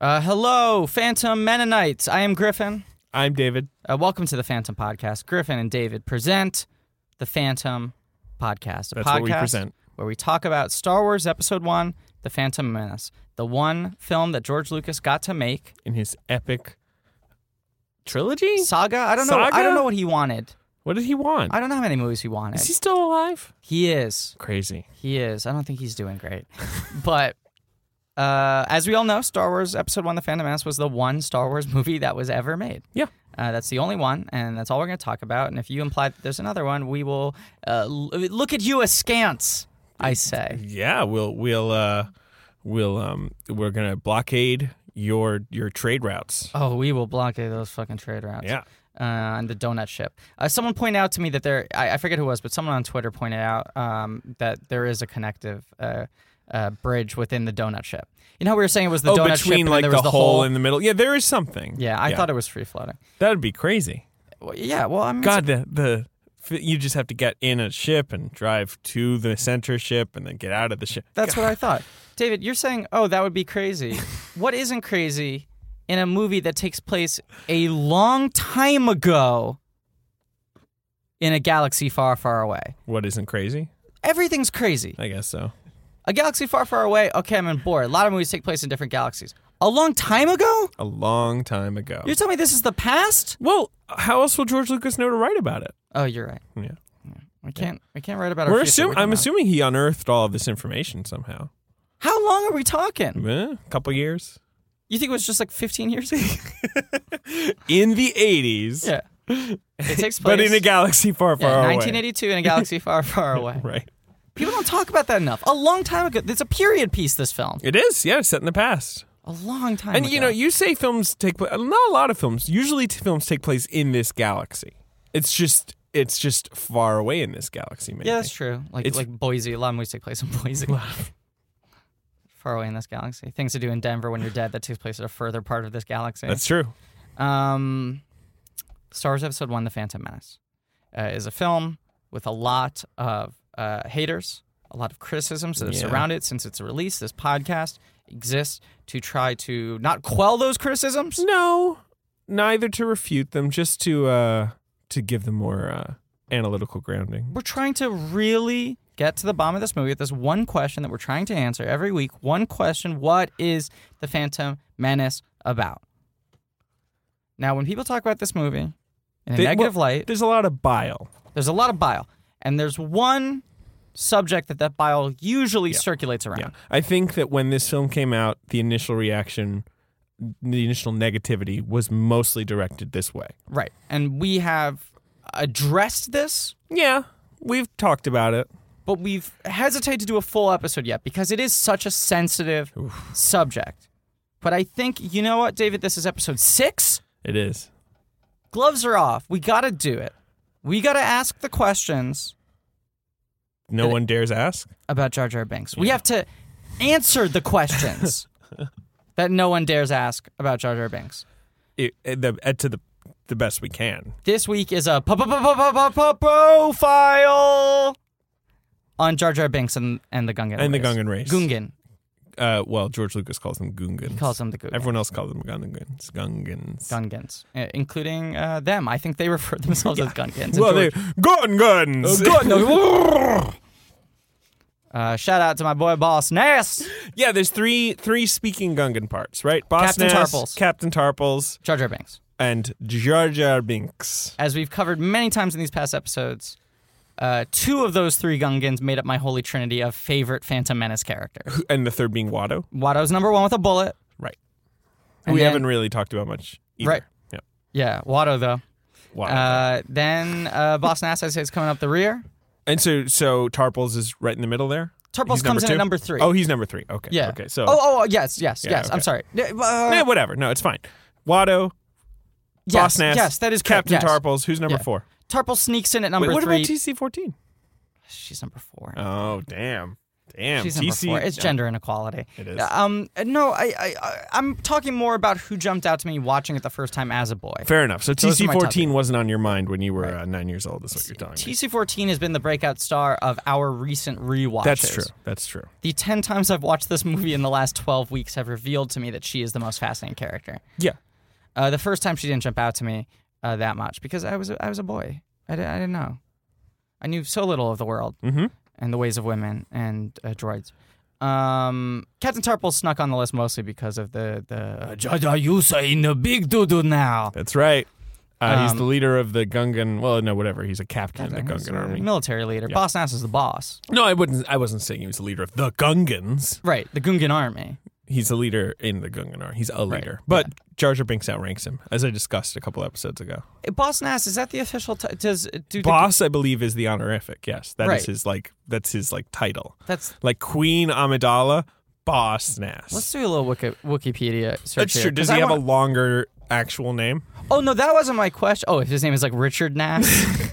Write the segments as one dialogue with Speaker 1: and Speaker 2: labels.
Speaker 1: Uh, hello, Phantom Mennonites. I am Griffin.
Speaker 2: I'm David.
Speaker 1: Uh, welcome to the Phantom Podcast. Griffin and David present the Phantom Podcast. a
Speaker 2: That's what we
Speaker 1: podcast
Speaker 2: present.
Speaker 1: Where we talk about Star Wars Episode One, The Phantom Menace, the one film that George Lucas got to make.
Speaker 2: In his epic trilogy?
Speaker 1: Saga. I don't know. I
Speaker 2: Eh, Saga?
Speaker 1: don't know what he wanted.
Speaker 2: What did he want?
Speaker 1: I don't know how many movies he wanted.
Speaker 2: Is he still alive?
Speaker 1: he is.
Speaker 2: Crazy.
Speaker 1: He is. I don't think he's doing great. but uh, as we all know, Star Wars Episode One: The Phantom Menace was the one Star Wars movie that was ever made.
Speaker 2: Yeah.
Speaker 1: Uh, that's the only one, and that's all we're going to talk about. And if you imply that there's another one, we will uh, l- look at you askance. I say.
Speaker 2: Yeah, we'll we'll uh we'll um we're gonna blockade your your trade routes.
Speaker 1: Oh, we will blockade those fucking trade routes.
Speaker 2: Yeah.
Speaker 1: uh, and the donut ship. Uh, someone pointed out to me that there, I, I forget who it was, but someone on Twitter pointed out um, that there is a connective uh, uh, bridge within the donut ship. You know how we were saying it was the
Speaker 2: oh,
Speaker 1: donut ship,
Speaker 2: between
Speaker 1: and then
Speaker 2: like
Speaker 1: there was the
Speaker 2: hole
Speaker 1: whole-
Speaker 2: in the middle. Yeah, there is something.
Speaker 1: yeah, I thought it was free floating.
Speaker 2: that'd be crazy.
Speaker 1: Well, yeah, well, I mean, it's-
Speaker 2: God, the the f- you just have to get in a ship and drive to the center ship and then get out of the ship.
Speaker 1: that's what I thought. David, you're saying, oh, that would be crazy. what isn't crazy in a movie that takes place a long time ago in a galaxy far, far away?
Speaker 2: What isn't crazy?
Speaker 1: Everything's crazy.
Speaker 2: I guess so.
Speaker 1: A galaxy far, far away. Okay, I'm on board. A lot of movies take place in different galaxies. A long time ago?
Speaker 2: A long time ago.
Speaker 1: You're telling me this is the past?
Speaker 2: well, how else will George Lucas know to write about it?
Speaker 1: Oh, you're right.
Speaker 2: Yeah.
Speaker 1: We can't. We can't write about our.
Speaker 2: We're
Speaker 1: future.
Speaker 2: assuming.
Speaker 1: We
Speaker 2: I'm
Speaker 1: cannot.
Speaker 2: assuming he unearthed all of this information somehow.
Speaker 1: How long are we talking?
Speaker 2: Eh, couple years
Speaker 1: You think it was just like 15 years ago?
Speaker 2: in the 80s,
Speaker 1: yeah. It takes place.
Speaker 2: but in a galaxy far,
Speaker 1: yeah,
Speaker 2: far away.
Speaker 1: 1982 in a galaxy far, far away.
Speaker 2: Right.
Speaker 1: People don't talk about that enough. A long time ago. It's a period piece. This film.
Speaker 2: It is. Yeah, it's set in the past.
Speaker 1: A long time.
Speaker 2: And you know,
Speaker 1: ago.
Speaker 2: you say films take place. Not a lot of films. Usually, t- films take place in this galaxy. It's just. It's just far away in this galaxy, maybe.
Speaker 1: Yeah, that's true. Like
Speaker 2: It's-
Speaker 1: like Boise. A lot of movies take place in Boise. Far away in this galaxy. Things to do in Denver when you're dead that takes place at a further part of this galaxy.
Speaker 2: That's true.
Speaker 1: Um, Star Wars Episode One: The Phantom Menace uh, is a film with a lot of uh, haters, a lot of criticisms that have
Speaker 2: Yeah.
Speaker 1: surrounded it since its release. This podcast exists to try to not quell those criticisms.
Speaker 2: No, neither to refute them, just to uh, to give them more uh, analytical grounding.
Speaker 1: We're trying to really get to the bottom of this movie with this one question that we're trying to answer every week. One question: What is the Phantom Menace about? Now, when people talk about this movie in a
Speaker 2: They-
Speaker 1: negative
Speaker 2: well,
Speaker 1: light,
Speaker 2: There's a lot of bile.
Speaker 1: There's a lot of bile, and there's one subject that that bile usually circulates around.
Speaker 2: Yeah. I think that when this film came out, the initial reaction, the initial negativity was mostly directed this way.
Speaker 1: Right. And we have addressed this,
Speaker 2: Yeah. We've talked about it.
Speaker 1: but we've hesitated to do a full episode yet because it is such a sensitive subject. But I think, you know what, David, this is episode six.
Speaker 2: It is.
Speaker 1: Gloves are off. We got to do it. We got to ask the questions
Speaker 2: No one dares ask.
Speaker 1: about Jar Jar Binks. We have to answer the questions that no one dares ask about Jar Jar Binks.
Speaker 2: It, it- the, uh, to the, the best we can.
Speaker 1: This week is a pu- pu- pu- pu- pu- pu- profile on Jar Jar Binks and, and the Gungan.
Speaker 2: And the
Speaker 1: race.
Speaker 2: Gungan race.
Speaker 1: Gungan.
Speaker 2: Uh, well, George Lucas calls them Gungans.
Speaker 1: Calls them the Gungan.
Speaker 2: Everyone else calls them Gungans. Gungans.
Speaker 1: Gungans, uh, including uh, them. I think they refer themselves as Gungans.
Speaker 2: well,
Speaker 1: And
Speaker 2: they
Speaker 1: George- Oh,
Speaker 2: Gungans.
Speaker 1: uh, shout out to my boy Boss Nass.
Speaker 2: yeah, there's three three speaking Gungan parts, right? Boss
Speaker 1: Captain
Speaker 2: Nass,
Speaker 1: Tarples.
Speaker 2: Captain Tarples,
Speaker 1: Jar Jar Binks.
Speaker 2: and Jar Jar Binks.
Speaker 1: As we've covered many times in these past episodes, uh, two of those three Gungans made up my holy trinity of favorite Phantom Menace characters.
Speaker 2: and the third being Watto.
Speaker 1: Watto's number one with a bullet.
Speaker 2: Right.
Speaker 1: and
Speaker 2: we
Speaker 1: then-
Speaker 2: haven't really talked about much either.
Speaker 1: Right.
Speaker 2: Yeah.
Speaker 1: Yeah, Watto though.
Speaker 2: Wow.
Speaker 1: Uh, then uh, Boss Nass, I say, is coming up the rear.
Speaker 2: and so so Tarples is right in the middle there.
Speaker 1: Tarples
Speaker 2: He's
Speaker 1: comes in at
Speaker 2: two?
Speaker 1: number three.
Speaker 2: Oh, he's number three. Okay.
Speaker 1: Yeah.
Speaker 2: Okay. So
Speaker 1: Oh, oh, oh, yes, yes,
Speaker 2: Yeah,
Speaker 1: yes. I'm
Speaker 2: okay.
Speaker 1: sorry. Yeah, uh,
Speaker 2: Eh, whatever. No, it's fine. Watto,
Speaker 1: yes,
Speaker 2: Boss Nass,
Speaker 1: Yes, that is correct,
Speaker 2: Captain
Speaker 1: yes.
Speaker 2: Tarples. Who's number
Speaker 1: Yeah.
Speaker 2: four?
Speaker 1: Tarple sneaks in at
Speaker 2: Wait,
Speaker 1: number
Speaker 2: what
Speaker 1: three.
Speaker 2: about TC fourteen?
Speaker 1: She's number four.
Speaker 2: Oh, damn. Damn,
Speaker 1: She's number
Speaker 2: TC.
Speaker 1: four. It's gender inequality.
Speaker 2: It is.
Speaker 1: Um, no, I, I, I, I'm talking more about who jumped out to me watching it the first time as a boy.
Speaker 2: Fair enough. So
Speaker 1: Those are my top
Speaker 2: TC14 wasn't on your mind when you were uh, nine years old. Is what you're telling me.
Speaker 1: TC14 has been the breakout star of our recent rewatches.
Speaker 2: That's true. That's true.
Speaker 1: The 10 times I've watched this movie in the last 12 weeks have revealed to me that she is the most fascinating character.
Speaker 2: Yeah.
Speaker 1: Uh, the first time she didn't jump out to me uh, that much because I was a, I was a boy. I, di- I didn't know. I knew so little of the world
Speaker 2: Mm-hmm.
Speaker 1: and the ways of women and uh, droids. Um, Captain Tarpole snuck on the list mostly because of the
Speaker 2: Uh,
Speaker 1: the Jaja Yusa in the big doo doo now.
Speaker 2: That's right. Uh, he's
Speaker 1: Um,
Speaker 2: the leader of the Gungan. Well, no, whatever. He's a captain in the
Speaker 1: He's
Speaker 2: Gungan
Speaker 1: a
Speaker 2: army.
Speaker 1: military leader. Boss Nass is the boss,
Speaker 2: No, I wouldn't. I wasn't saying he was the leader of the Gungans.
Speaker 1: right? The Gungan army.
Speaker 2: He's the leader in the Gungan army. He's a leader, but Jar Jar Binks outranks him, as I discussed a couple episodes ago.
Speaker 1: Uh, Boss Nass is that the official? T- does do the-
Speaker 2: Boss, I believe, is the honorific. Yes, that is
Speaker 1: Right.
Speaker 2: his like. That's his like title.
Speaker 1: that's
Speaker 2: Like Queen Amidala, Boss Nass.
Speaker 1: let's do a little Wiki, Wikipedia search.
Speaker 2: that's
Speaker 1: here,
Speaker 2: true. Does
Speaker 1: 'cause
Speaker 2: he
Speaker 1: I
Speaker 2: have
Speaker 1: wanna-
Speaker 2: a longer actual name?
Speaker 1: Oh no, that wasn't my question. Oh, if his name is like Richard Nass.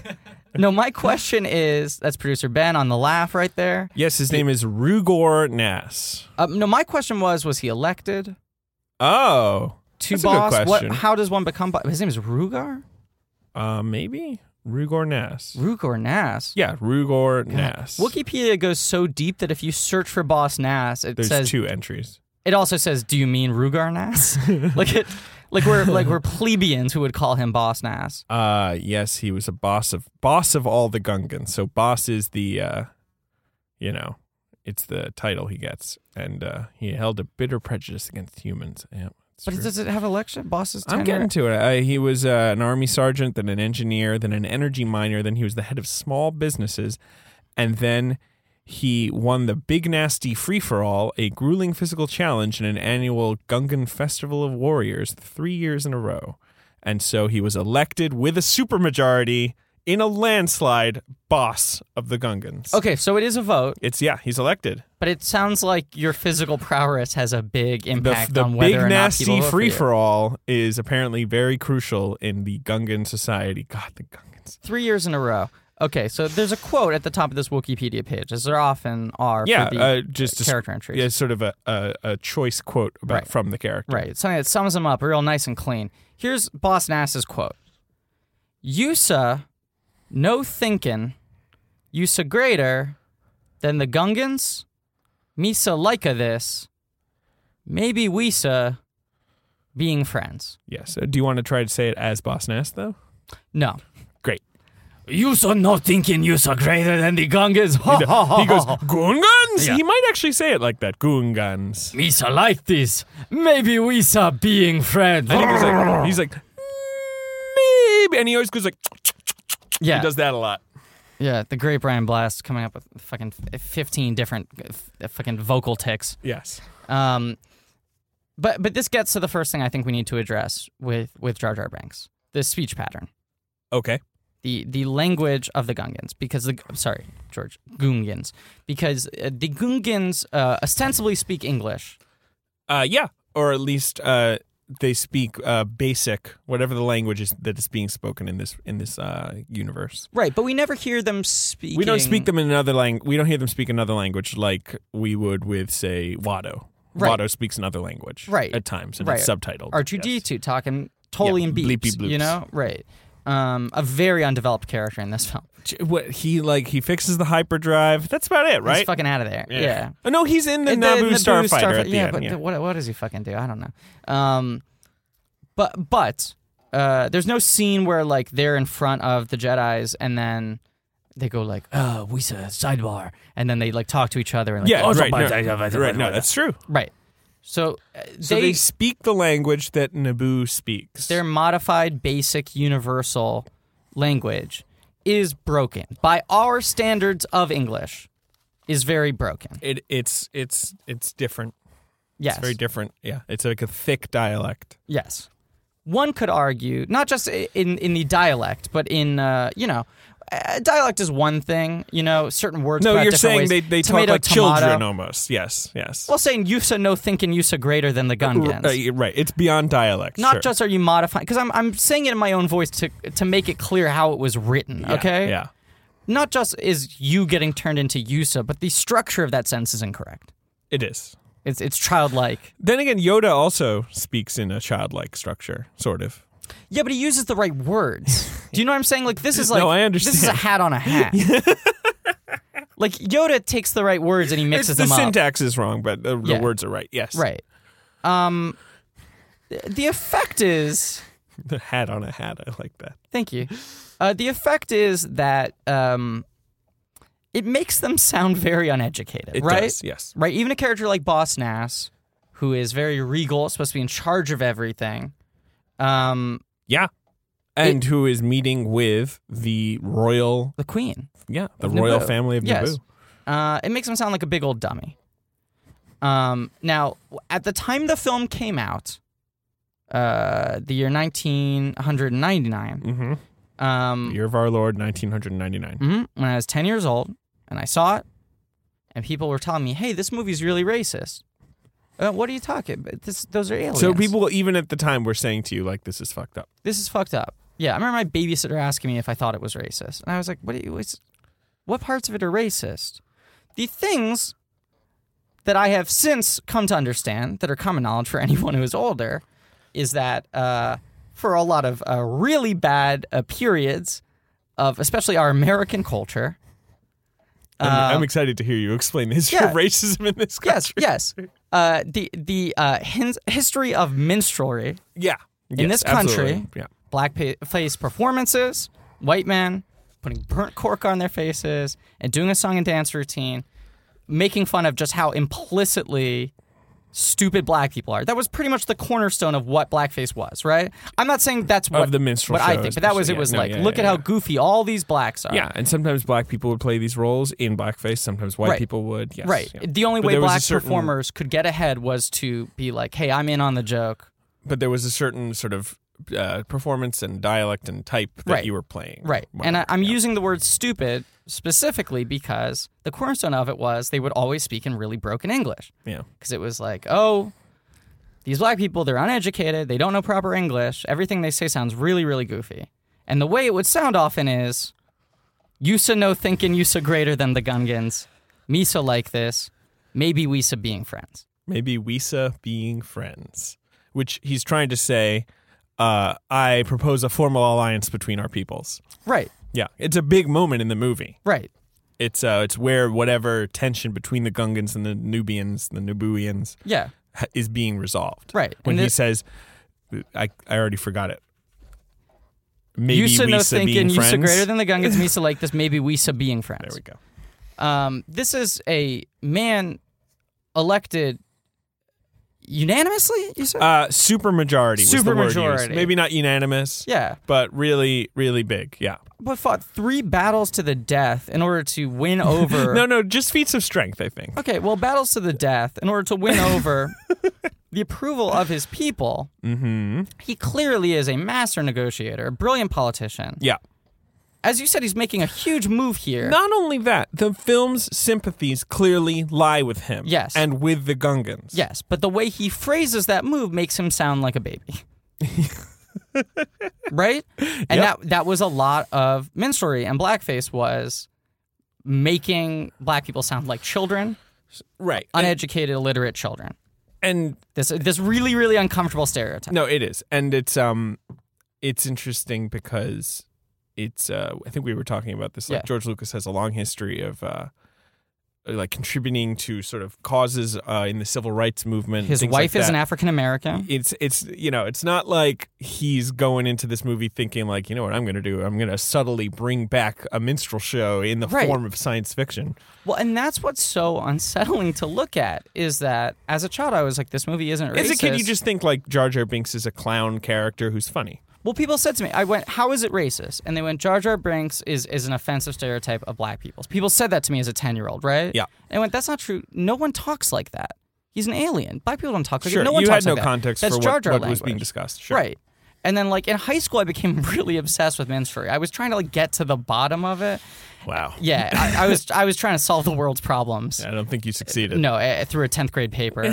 Speaker 1: no, my question is that's producer Ben on the laugh right there.
Speaker 2: Yes, his name is Rugor Nass.
Speaker 1: Um, no, my question was was he elected
Speaker 2: Oh,
Speaker 1: to
Speaker 2: that's
Speaker 1: boss?
Speaker 2: A good
Speaker 1: what?
Speaker 2: question.
Speaker 1: How does one become? Bo- his name is Rugar.
Speaker 2: uh, maybe Rugor Nass.
Speaker 1: Rugar Nass.
Speaker 2: yeah, Rugor Nass.
Speaker 1: Wikipedia goes so deep that if you search for Boss Nass, it
Speaker 2: There's
Speaker 1: says
Speaker 2: two entries.
Speaker 1: it also says, "Do you mean Rugar Nass?" like it, like we're like we're plebeians who would call him Boss Nass.
Speaker 2: Uh yes, he was a boss of boss of all the Gungans. So boss is the uh you know, it's the title he gets. And uh he held a bitter prejudice against humans. Yeah. it's
Speaker 1: But
Speaker 2: true.
Speaker 1: does it have election? Bosses.
Speaker 2: I'm
Speaker 1: tenure?
Speaker 2: getting to it. Uh, he was uh, an army sergeant, then an engineer, then an energy miner, then he was the head of small businesses, and then he won the Big Nasty Free for All, a grueling physical challenge in an annual Gungan Festival of Warriors, three years in a row. And so he was elected with a supermajority in a landslide, boss of the Gungans.
Speaker 1: Okay, so it is a vote.
Speaker 2: It's yeah, he's elected.
Speaker 1: But it sounds like your physical prowess has a big
Speaker 2: The,
Speaker 1: impact
Speaker 2: the
Speaker 1: on whether
Speaker 2: big
Speaker 1: or not people
Speaker 2: nasty
Speaker 1: vote for
Speaker 2: free
Speaker 1: you.
Speaker 2: for all is apparently very crucial in the Gungan society. God, the Gungans.
Speaker 1: Three years in a row. Okay, so there's a quote at the top of this Wikipedia page, as there often are
Speaker 2: yeah,
Speaker 1: for the
Speaker 2: uh, just a,
Speaker 1: character entries.
Speaker 2: yeah, sort of a, a, a choice quote about
Speaker 1: Right.
Speaker 2: from the character.
Speaker 1: Right, something that sums them up real nice and clean. Here's Boss Nass's quote. Yusa, no thinking, Yusa greater than the Gungans, Misa lika this, maybe Wisa being friends.
Speaker 2: Yes. Uh, do you want to try to say it as Boss Nass though?
Speaker 1: No.
Speaker 2: Great.
Speaker 1: You so not thinking you so greater than the Ganges. Ha, ha, ha,
Speaker 2: He goes
Speaker 1: ha.
Speaker 2: Gungans.
Speaker 1: Yeah.
Speaker 2: He might actually say it like that. Gungans.
Speaker 1: Me so like this. Maybe we saw being friends.
Speaker 2: I think he's like he's like maybe, and he always goes like
Speaker 1: yeah,
Speaker 2: he does that a lot.
Speaker 1: yeah. The great Brian Blast coming up with fucking fifteen different uh, fucking vocal ticks.
Speaker 2: Yes.
Speaker 1: Um, but but this gets to the first thing I think we need to address with with Jar Jar Banks, the speech pattern,
Speaker 2: Okay.
Speaker 1: the the language of the Gungans, because the I'm sorry George Gungans, because uh, the Gungans uh, ostensibly speak English.
Speaker 2: Uh, yeah, or at least uh, they speak uh, basic whatever the language is that is being spoken in this in this uh, universe.
Speaker 1: Right, but we never hear them speak.
Speaker 2: We don't speak them in another language. We don't hear them speak another language like we would with, say, Watto.
Speaker 1: Right.
Speaker 2: Watto speaks another language
Speaker 1: Right.
Speaker 2: at times and
Speaker 1: Right.
Speaker 2: it's subtitled. Yes.
Speaker 1: R2D2 talking totally
Speaker 2: Yeah,
Speaker 1: in
Speaker 2: bleepy
Speaker 1: beeps,
Speaker 2: bloops.
Speaker 1: you know? Right. Um, a very undeveloped character in this film.
Speaker 2: J- What he like? He fixes the hyperdrive. That's about it, right?
Speaker 1: He's fucking out of there. Yeah.
Speaker 2: Oh, no, he's in the,
Speaker 1: Uh, Naboo
Speaker 2: Naboo starfighter
Speaker 1: Starfi-
Speaker 2: at the
Speaker 1: yeah,
Speaker 2: end.
Speaker 1: but
Speaker 2: yeah.
Speaker 1: th- what what does he fucking do? I don't know. Um, but but uh, there's no scene where like they're in front of the Jedi's and then they go like, "Uh, we said sidebar," and then they like talk to each other and like,
Speaker 2: yeah,
Speaker 1: "Oh,
Speaker 2: right, no, right. No, that's true.
Speaker 1: right. So, uh,
Speaker 2: So they, speak the language that Naboo speaks.
Speaker 1: their modified basic universal language is broken by our standards of English is very broken.
Speaker 2: It, it's it's it's different.
Speaker 1: Yes.
Speaker 2: It's very different. Yeah, it's like a thick dialect.
Speaker 1: yes. One could argue not just i- in in the dialect but in uh, you know uh, dialect is one thing, you know, certain words
Speaker 2: No,
Speaker 1: put out
Speaker 2: you're
Speaker 1: different
Speaker 2: saying
Speaker 1: ways.
Speaker 2: they, they
Speaker 1: Tomato,
Speaker 2: talk like
Speaker 1: tomato.
Speaker 2: children almost. Yes, yes.
Speaker 1: Well, saying Yusa no thinking Yusa greater than the Gungans.
Speaker 2: Uh, you're right. It's beyond dialect.
Speaker 1: not
Speaker 2: sure.
Speaker 1: just are you modifying because I'm I'm saying it in my own voice to to make it clear how it was written,
Speaker 2: Yeah,
Speaker 1: okay?
Speaker 2: Yeah.
Speaker 1: not just is you getting turned into Yusa, but the structure of that sentence is incorrect.
Speaker 2: It is.
Speaker 1: It's it's childlike.
Speaker 2: Then again, Yoda also speaks in a childlike structure, sort of.
Speaker 1: Yeah, but he uses the right words. Do you know what I'm saying? Like this is like
Speaker 2: No, I
Speaker 1: this is a
Speaker 2: understand.
Speaker 1: hat on a hat. like Yoda takes the right words and he mixes
Speaker 2: the
Speaker 1: them up.
Speaker 2: syntax is wrong, but the, the
Speaker 1: Yeah.
Speaker 2: words are right. Yes.
Speaker 1: Right. Um th- the effect is
Speaker 2: The hat on a hat. I like that.
Speaker 1: thank you. Uh, the effect is that um it makes them sound very uneducated,
Speaker 2: It
Speaker 1: right?
Speaker 2: does. Yes.
Speaker 1: Right, even a character like Boss Nass, who is very regal, supposed to be in charge of everything. Um
Speaker 2: Yeah. And who is meeting with the royal?
Speaker 1: the queen.
Speaker 2: Yeah, the
Speaker 1: Naboo.
Speaker 2: royal family of
Speaker 1: Yes.
Speaker 2: Naboo.
Speaker 1: Uh, it makes him sound like a big old dummy. Um, now, w- at the time the film came out, uh, the year 1999,
Speaker 2: Mm-hmm.
Speaker 1: um,
Speaker 2: Year of our Lord, 1999.
Speaker 1: mhm, when I was 10 years old, and I saw it, and people were telling me, hey, this movie's really racist. Uh, what are you talking about? This, those are aliens.
Speaker 2: So people, even at the time, were saying to you like, "This is fucked up."
Speaker 1: This is fucked up. Yeah, I remember my babysitter asking me if I thought it was racist. And I was like, what, do you, what's, what parts of it are racist? The things that I have since come to understand that are common knowledge for anyone who is older is that uh, for a lot of uh, really bad uh, periods of especially our American culture.
Speaker 2: I'm,
Speaker 1: uh,
Speaker 2: I'm excited to hear you explain the history
Speaker 1: yeah.
Speaker 2: of racism in this
Speaker 1: yes,
Speaker 2: country.
Speaker 1: yes. Uh, the the uh, hins- history of minstrelry
Speaker 2: Yeah. In
Speaker 1: this country-
Speaker 2: Yeah.
Speaker 1: black pa- face performances, white men putting burnt cork on their faces and doing a song and dance routine, making fun of just how implicitly stupid black people are. That was pretty much the cornerstone of what blackface was, right? I'm not saying that's what
Speaker 2: the minstrel
Speaker 1: what I
Speaker 2: show
Speaker 1: think, but that was it
Speaker 2: especially, yeah,
Speaker 1: was
Speaker 2: no,
Speaker 1: like
Speaker 2: yeah,
Speaker 1: look
Speaker 2: yeah,
Speaker 1: at how
Speaker 2: yeah.
Speaker 1: goofy all these blacks are.
Speaker 2: Yeah, and sometimes black people would play these roles in blackface. Sometimes white
Speaker 1: Right.
Speaker 2: people would. Yes,
Speaker 1: Right.
Speaker 2: yeah.
Speaker 1: The only
Speaker 2: But
Speaker 1: way
Speaker 2: there was a
Speaker 1: black
Speaker 2: certain-
Speaker 1: performers could get ahead was to be like, "Hey, I'm in on the joke."
Speaker 2: But there was a certain sort of uh, performance and dialect and type that
Speaker 1: Right.
Speaker 2: you were playing.
Speaker 1: Right.
Speaker 2: Wow.
Speaker 1: And I, I'm
Speaker 2: Yeah.
Speaker 1: using the word stupid specifically because the cornerstone of it was they would always speak in really broken English.
Speaker 2: Yeah.
Speaker 1: Because it was like, oh, these black people, they're uneducated. They don't know proper English. Everything they say sounds really, really goofy. And the way it would sound often is, you so no thinking, you so greater than the Gungans. Me so like this. Maybe we so being friends.
Speaker 2: Maybe Wisa being friends, which he's trying to say. Uh, I propose a formal alliance between our peoples.
Speaker 1: Right,
Speaker 2: Yeah, it's a big moment in the movie.
Speaker 1: right.
Speaker 2: It's uh, it's where whatever tension between the Gungans and the Nubians, the Nubuians,
Speaker 1: Yeah.
Speaker 2: ha- is being resolved.
Speaker 1: Right.
Speaker 2: When
Speaker 1: And
Speaker 2: he
Speaker 1: it-
Speaker 2: says, I, I already forgot it. Maybe
Speaker 1: You so no
Speaker 2: we so
Speaker 1: thinking,
Speaker 2: being
Speaker 1: you so
Speaker 2: friends.
Speaker 1: greater than the Gungans. Me so like this. Maybe we so being friends.
Speaker 2: there we go.
Speaker 1: Um, this is a man elected unanimously. You said,
Speaker 2: Uh, super majority.
Speaker 1: Supermajority.
Speaker 2: Maybe not unanimous,
Speaker 1: yeah,
Speaker 2: but really, really big. Yeah.
Speaker 1: but fought three battles to the death in order to win over.
Speaker 2: No, no, just feats of strength. I think.
Speaker 1: Okay, well, battles to the death in order to win over the approval of his people.
Speaker 2: Mm-hmm.
Speaker 1: He clearly is a master negotiator, a brilliant politician.
Speaker 2: Yeah.
Speaker 1: As you said, he's making a huge move here.
Speaker 2: Not only that, the film's sympathies clearly lie with him.
Speaker 1: Yes.
Speaker 2: And with the Gungans.
Speaker 1: Yes, but the way he phrases that move makes him sound like a baby. right? And that
Speaker 2: Yep.
Speaker 1: that was a lot of minstrelry and blackface was making black people sound like children,
Speaker 2: Right. And,
Speaker 1: uneducated, illiterate children.
Speaker 2: and
Speaker 1: This this really really uncomfortable stereotype.
Speaker 2: No, it is, and it's um, it's interesting because it's uh, I think we were talking about this. Like
Speaker 1: Yeah.
Speaker 2: George Lucas has a long history of uh, like contributing to sort of causes uh, in the civil rights movement.
Speaker 1: His
Speaker 2: things
Speaker 1: wife
Speaker 2: like
Speaker 1: is an
Speaker 2: that.
Speaker 1: African American.
Speaker 2: It's it's you know it's not like he's going into this movie thinking like you know what I'm going to do I'm going to subtly bring back a minstrel show in the
Speaker 1: Right.
Speaker 2: form of science fiction.
Speaker 1: Well, and that's what's so unsettling to look at is that as a child I was like this movie isn't racist.
Speaker 2: As a kid, you just think like Jar Jar Binks is a clown character who's funny.
Speaker 1: Well, people said to me, I went, "How is it racist?" And they went, "Jar Jar Binks is is an offensive stereotype of black people." People said that to me as a ten year old, right?
Speaker 2: Yeah.
Speaker 1: And I went, "That's not true. No one talks like that. He's an alien. Black people don't talk like
Speaker 2: Sure,
Speaker 1: that. No one
Speaker 2: you had
Speaker 1: talks
Speaker 2: no
Speaker 1: like that.
Speaker 2: context
Speaker 1: That's
Speaker 2: for
Speaker 1: Jar
Speaker 2: what,
Speaker 1: Jar
Speaker 2: what was being
Speaker 1: language.
Speaker 2: discussed. Sure.
Speaker 1: Right. And then, like in high school, I became really obsessed with minstrel. I was trying to like get to the bottom of it.
Speaker 2: Wow.
Speaker 1: Yeah, I, I was I was trying to solve the world's problems.
Speaker 2: I don't think you succeeded.
Speaker 1: No, uh, through a tenth grade paper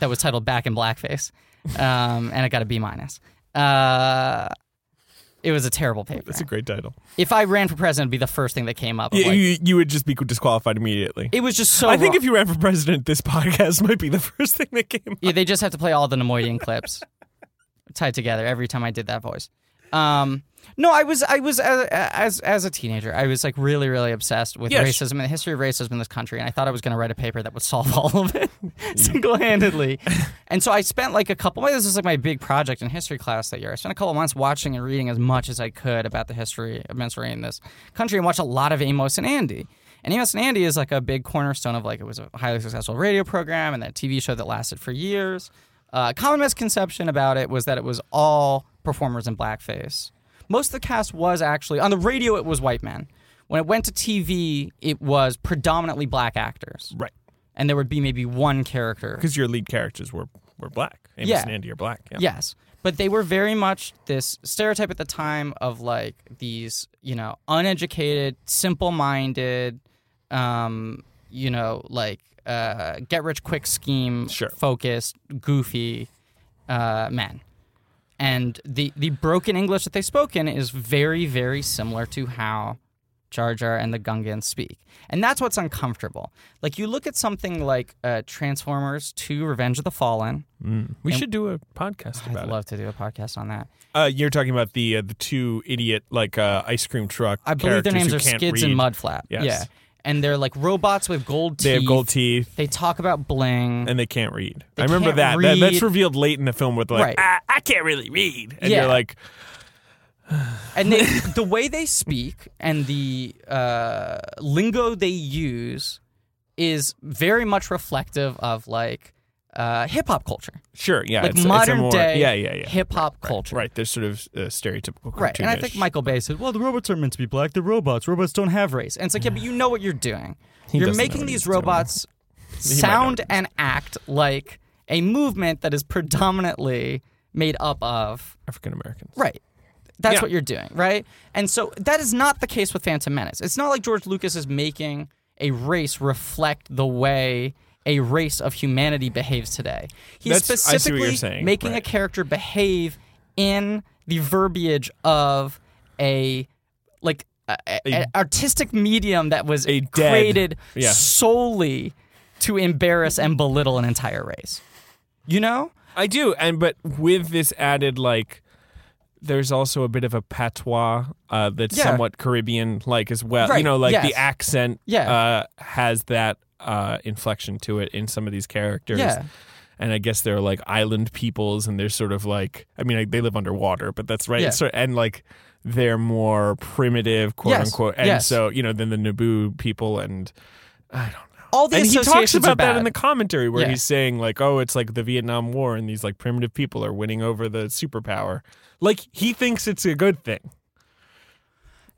Speaker 1: that was titled "Back in Blackface," um, and I got a B minus. Uh, It was a terrible paper.
Speaker 2: That's a great title.
Speaker 1: if I ran for president, it'd be the first thing that came up. I'm
Speaker 2: Yeah,
Speaker 1: like,
Speaker 2: you, you would just be disqualified immediately.
Speaker 1: it was just so.
Speaker 2: I think
Speaker 1: wrong.
Speaker 2: if you ran for president, this podcast might be the first thing that came up.
Speaker 1: yeah, they just have to play all the Nemoidian clips tied together every time I did that voice. Um, no, I was I was as, as as a teenager, I was like really really obsessed with
Speaker 2: Yes.
Speaker 1: racism and the history of racism in this country, and I thought I was going to write a paper that would solve all of it single handedly. and so I spent like a couple. This was like my big project in history class that year. I spent a couple months watching and reading as much as I could about the history of menstruating in this country, and watched a lot of Amos and Andy. And Amos and Andy is like a big cornerstone of like it was a highly successful radio program and that TV show that lasted for years. Uh, common misconception about it was that it was all performers in blackface. Most of the cast was actually on the radio. It was white men. When it went to TV, it was predominantly black actors,
Speaker 2: Right.
Speaker 1: and there would be maybe one character.
Speaker 2: Because your lead characters were, were black. Amos
Speaker 1: Yeah.
Speaker 2: and Andy are black. Yeah.
Speaker 1: Yes, but they were very much this stereotype at the time of like these, you know, uneducated, simple-minded, um, you know, like uh, get-rich-quick scheme
Speaker 2: Sure.
Speaker 1: focused, goofy uh, men. And the the broken English that they spoke in is very very similar to how Jar Jar and the Gungans speak, and that's what's uncomfortable. Like you look at something like uh, Transformers Two: Revenge of the Fallen.
Speaker 2: We should do a podcast
Speaker 1: I'd
Speaker 2: about
Speaker 1: love to do a podcast on that.
Speaker 2: it. Uh, you're talking about the uh, the two idiot like uh, ice cream truck.
Speaker 1: I believe their
Speaker 2: characters
Speaker 1: names
Speaker 2: who
Speaker 1: are
Speaker 2: can't
Speaker 1: Skids
Speaker 2: read.
Speaker 1: and Mudflap.
Speaker 2: Yes.
Speaker 1: Yeah, and they're like robots with gold teeth.
Speaker 2: They have gold teeth
Speaker 1: They talk about bling.
Speaker 2: and they can't read.
Speaker 1: They
Speaker 2: I remember
Speaker 1: can't
Speaker 2: that. that. That's
Speaker 1: read.
Speaker 2: revealed late in the film with like
Speaker 1: Right.
Speaker 2: I, I can't really read, and
Speaker 1: Yeah.
Speaker 2: you're like,
Speaker 1: and they, the way they speak and the uh, lingo they use is very much reflective of like uh, hip hop culture,
Speaker 2: sure, yeah,
Speaker 1: like
Speaker 2: it's, it's a
Speaker 1: modern
Speaker 2: more,
Speaker 1: day
Speaker 2: yeah, yeah, yeah.
Speaker 1: hip hop culture.
Speaker 2: Right, there's sort of uh, stereotypical.
Speaker 1: Right, and I think
Speaker 2: cartoonish-
Speaker 1: Michael Bay said, "Well, the robots are meant to be black. They're robots. Robots don't have race." And it's like, yeah, but you know what you're doing.
Speaker 2: He
Speaker 1: you're
Speaker 2: doesn't know
Speaker 1: making
Speaker 2: what
Speaker 1: these
Speaker 2: he's doing.
Speaker 1: robots sound and act like a movement that is predominantly made up of
Speaker 2: African Americans.
Speaker 1: Right. That's
Speaker 2: Yeah.
Speaker 1: what you're doing, right? And so that is not the case with Phantom Menace. It's not like George Lucas is making a race reflect the way a race of humanity behaves today. He's
Speaker 2: That's- I see what
Speaker 1: specifically
Speaker 2: you're saying,
Speaker 1: making a
Speaker 2: right.
Speaker 1: character behave in the verbiage of a like a, a-
Speaker 2: A-
Speaker 1: an artistic medium that was
Speaker 2: A dead-
Speaker 1: created
Speaker 2: yeah.
Speaker 1: solely to embarrass and belittle an entire race. You know?
Speaker 2: I do, and but with this added like. There's also a bit of a patois uh, that's
Speaker 1: Yeah.
Speaker 2: somewhat Caribbean like as well.
Speaker 1: Right,
Speaker 2: You know, like
Speaker 1: yes.
Speaker 2: the accent
Speaker 1: Yeah.
Speaker 2: uh, has that uh, inflection to it in some of these characters.
Speaker 1: Yeah.
Speaker 2: And I guess they're like island peoples and they're sort of like, I mean, like, they live underwater, but that's right.
Speaker 1: Yeah.
Speaker 2: So, and like they're more primitive, quote
Speaker 1: Yes,
Speaker 2: unquote. And
Speaker 1: yes.
Speaker 2: so, you know, then the Naboo people and I don't know
Speaker 1: All the
Speaker 2: and he talks
Speaker 1: associations are
Speaker 2: about that in
Speaker 1: bad.
Speaker 2: the commentary where
Speaker 1: Yeah.
Speaker 2: he's saying like oh it's like the vietnam war and these like primitive people are winning over the superpower like he thinks it's a good thing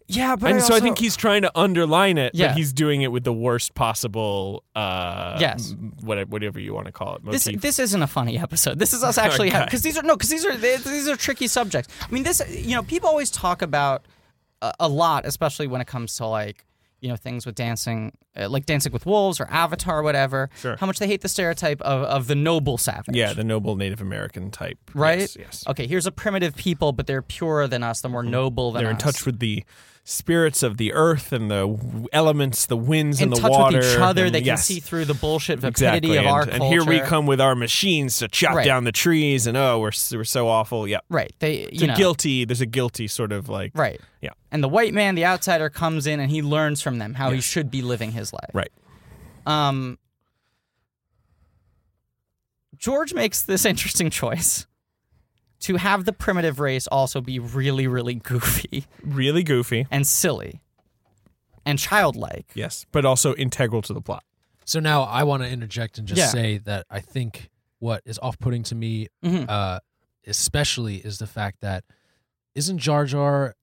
Speaker 1: Yeah, but
Speaker 2: and
Speaker 1: I
Speaker 2: so i
Speaker 1: also-
Speaker 2: think he's trying to underline it
Speaker 1: Yeah.
Speaker 2: but he's doing it with the worst possible uh
Speaker 1: Yes.
Speaker 2: m- what- whatever you want to call it motif
Speaker 1: this this isn't a funny episode. This is us actually
Speaker 2: Okay.
Speaker 1: because these are no because these are th- these are tricky subjects. I mean, this you know people always talk about uh, a, a lot, especially when it comes to like you know things with dancing, uh, like Dancing with Wolves or Avatar, or whatever.
Speaker 2: Sure.
Speaker 1: How much they hate the stereotype of of the noble savage.
Speaker 2: yeah the noble native american type
Speaker 1: Right.
Speaker 2: yes, yes. Mm-hmm.
Speaker 1: Okay. Here's a primitive people, but they're purer than us. They're more noble than
Speaker 2: they're in
Speaker 1: us.
Speaker 2: touch with the spirits of the earth and the w- elements the winds
Speaker 1: in
Speaker 2: and the
Speaker 1: touch
Speaker 2: water
Speaker 1: with each other.
Speaker 2: and-
Speaker 1: they can
Speaker 2: yes.
Speaker 1: see through the bullshit vapidity
Speaker 2: Exactly,
Speaker 1: of
Speaker 2: and,
Speaker 1: our
Speaker 2: and
Speaker 1: culture.
Speaker 2: here we come with our machines to chop
Speaker 1: Right.
Speaker 2: down the trees, and oh, we're s- we're so awful. Yep,
Speaker 1: Right. They
Speaker 2: it's
Speaker 1: you
Speaker 2: a
Speaker 1: know
Speaker 2: guilty. There's a guilty sort of like
Speaker 1: right.
Speaker 2: Yeah,
Speaker 1: and the white man, the outsider, comes in and he learns from them how he should be living his life.
Speaker 2: right.
Speaker 1: Um, George makes this interesting choice to have the primitive race also be really, really goofy
Speaker 2: Really goofy.
Speaker 1: and silly and childlike.
Speaker 2: Yes, but also integral to the plot.
Speaker 3: So now I want to interject and just
Speaker 1: Yeah.
Speaker 3: say that I think what is off-putting to me,
Speaker 1: Mhm.
Speaker 3: uh, especially, is the fact that isn't Jar Jar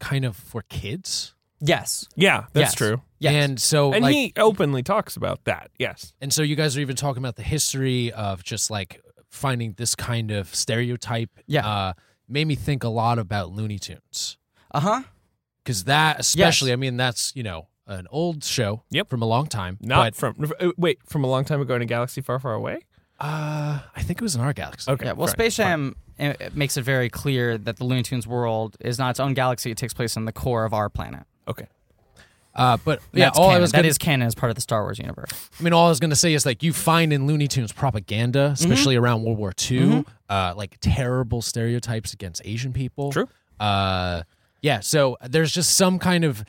Speaker 3: kind of for kids?
Speaker 1: Yes.
Speaker 2: Yeah, that's
Speaker 1: Yes.
Speaker 2: true.
Speaker 1: Yes.
Speaker 3: And so,
Speaker 2: And
Speaker 3: like,
Speaker 2: he openly talks about that. Yes,
Speaker 3: and so you guys are even talking about the history of just like finding this kind of stereotype.
Speaker 1: Yeah.
Speaker 3: uh, made me think a lot about Looney Tunes
Speaker 1: uh huh.
Speaker 3: because that, especially, I mean, that's you know an old show
Speaker 2: Yep.
Speaker 3: from a long time.
Speaker 2: not
Speaker 3: but
Speaker 2: from uh, wait from a long time ago in a galaxy far, far away.
Speaker 3: Uh, I think it was in our galaxy.
Speaker 2: Okay.
Speaker 1: yeah, well,
Speaker 2: fine,
Speaker 1: Space
Speaker 2: fine.
Speaker 1: Jam uh, makes it very clear that the Looney Tunes world is not its own galaxy. It takes place in the core of our planet.
Speaker 2: Okay.
Speaker 3: Uh, but
Speaker 1: And
Speaker 3: yeah,
Speaker 1: that's
Speaker 3: all I
Speaker 1: canon.
Speaker 3: was
Speaker 1: That
Speaker 3: gonna,
Speaker 1: is canon as part of the Star Wars universe.
Speaker 3: I mean, all I was gonna say is like you find in Looney Tunes propaganda,
Speaker 2: Mm-hmm.
Speaker 3: especially around World War II, uh, like terrible stereotypes against Asian people.
Speaker 2: True.
Speaker 3: Uh, yeah. So there's just some kind of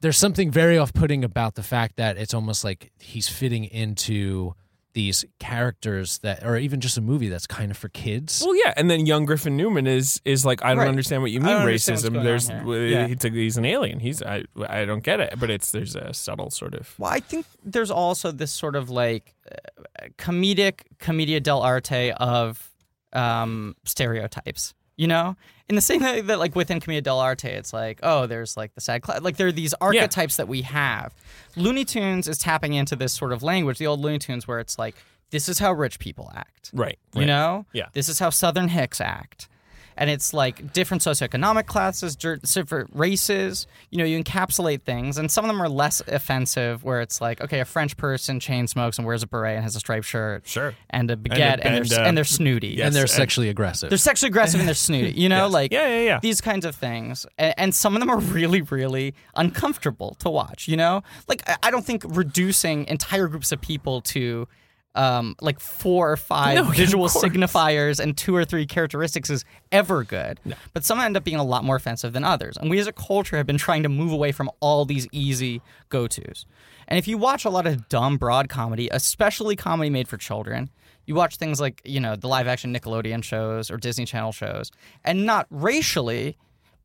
Speaker 3: there's something very off-putting about the fact that it's almost like he's fitting into these characters that, or even just a movie that's kind of for kids.
Speaker 2: Well, yeah, and then young Griffin Newman is is like, I don't
Speaker 1: Right.
Speaker 2: understand what you
Speaker 1: I
Speaker 2: mean
Speaker 1: don't understand what's
Speaker 2: racism.
Speaker 1: going
Speaker 2: There's
Speaker 1: on
Speaker 2: w-
Speaker 1: here. Yeah.
Speaker 2: he's, a, he's an alien. He's I I don't get it, but it's there's a subtle sort of
Speaker 1: Well, I think there's also this sort of like uh, comedic commedia dell'arte of um, stereotypes. You know, in the same way that like within commedia dell'arte, it's like oh, there's like the sad cloud. Like there are these archetypes that we have. Looney Tunes is tapping into this sort of language, the old Looney Tunes, where it's like this is how rich people act.
Speaker 2: right.
Speaker 1: You know?
Speaker 2: Yeah.
Speaker 1: This is how Southern Hicks act. And it's like different socioeconomic classes, dir- different races. You know, you encapsulate things, and some of them are less offensive, where it's like, okay, a French person chain smokes and wears a beret and has a striped shirt.
Speaker 2: Sure.
Speaker 1: And a baguette, and,
Speaker 2: and,
Speaker 1: they're,
Speaker 2: uh,
Speaker 1: and they're snooty.
Speaker 2: yes.
Speaker 3: and they're
Speaker 2: and-
Speaker 3: sexually aggressive.
Speaker 1: They're sexually aggressive and they're snooty. You know, like
Speaker 2: Yeah, yeah, yeah.
Speaker 1: these kinds of things. And, and some of them are really, really uncomfortable to watch, you know? Like, I, I don't think reducing entire groups of people to. Um, like four or five
Speaker 2: No, of
Speaker 1: visual
Speaker 2: course.
Speaker 1: signifiers and two or three characteristics is ever good. But some end up being a lot more offensive than others. And we as a culture have been trying to move away from all these easy go tos. And if you watch a lot of dumb, broad comedy, especially comedy made for children, you watch things like, you know, the live action Nickelodeon shows or Disney Channel shows, and not racially,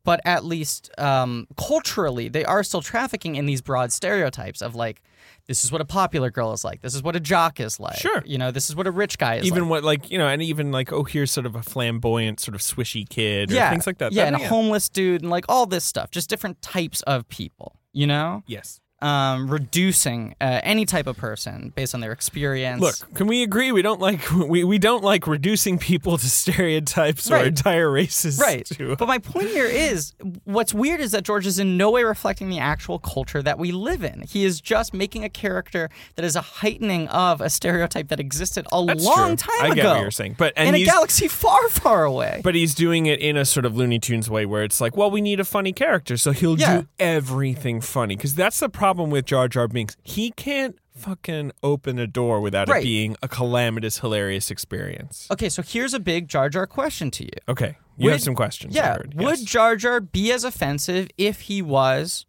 Speaker 1: but at least um, culturally, they are still trafficking in these broad stereotypes of like, this is what a popular girl is like, this is what a jock is like.
Speaker 2: Sure.
Speaker 1: You know, this is what a rich guy is
Speaker 2: even
Speaker 1: like.
Speaker 2: what like you know, and even like oh here's sort of a flamboyant sort of swishy kid or
Speaker 1: yeah.
Speaker 2: things like that.
Speaker 1: Yeah,
Speaker 2: That-
Speaker 1: and a homeless dude and like all this stuff, just different types of people, you know?
Speaker 2: Yes.
Speaker 1: Um, reducing uh, any type of person based on their experience.
Speaker 2: Look, can we agree we don't like we, we don't like reducing people to stereotypes or
Speaker 1: Right.
Speaker 2: entire races
Speaker 1: Right.
Speaker 2: to uh,
Speaker 1: But my point here is what's weird is that George is in no way reflecting the actual culture that we live in. He is just making a character that is a heightening of a stereotype that existed a
Speaker 2: That's
Speaker 1: long
Speaker 2: true.
Speaker 1: time
Speaker 2: I
Speaker 1: ago.
Speaker 2: get what you're saying. But and
Speaker 1: in a
Speaker 2: he's,
Speaker 1: galaxy far, far away.
Speaker 2: But he's doing it in a sort of Looney Tunes way where it's like, well, we need a funny character, so he'll
Speaker 1: Yeah.
Speaker 2: do everything funny. Because that's the problem with Jar Jar Binks. He can't fucking open a door without
Speaker 1: Right.
Speaker 2: it being a calamitous, hilarious experience.
Speaker 1: okay, so here's a big Jar Jar question to you.
Speaker 2: Okay. You
Speaker 1: Would-
Speaker 2: have some questions. I
Speaker 1: Yeah.
Speaker 2: heard.
Speaker 1: Would
Speaker 2: Yes.
Speaker 1: Jar Jar be as offensive if he was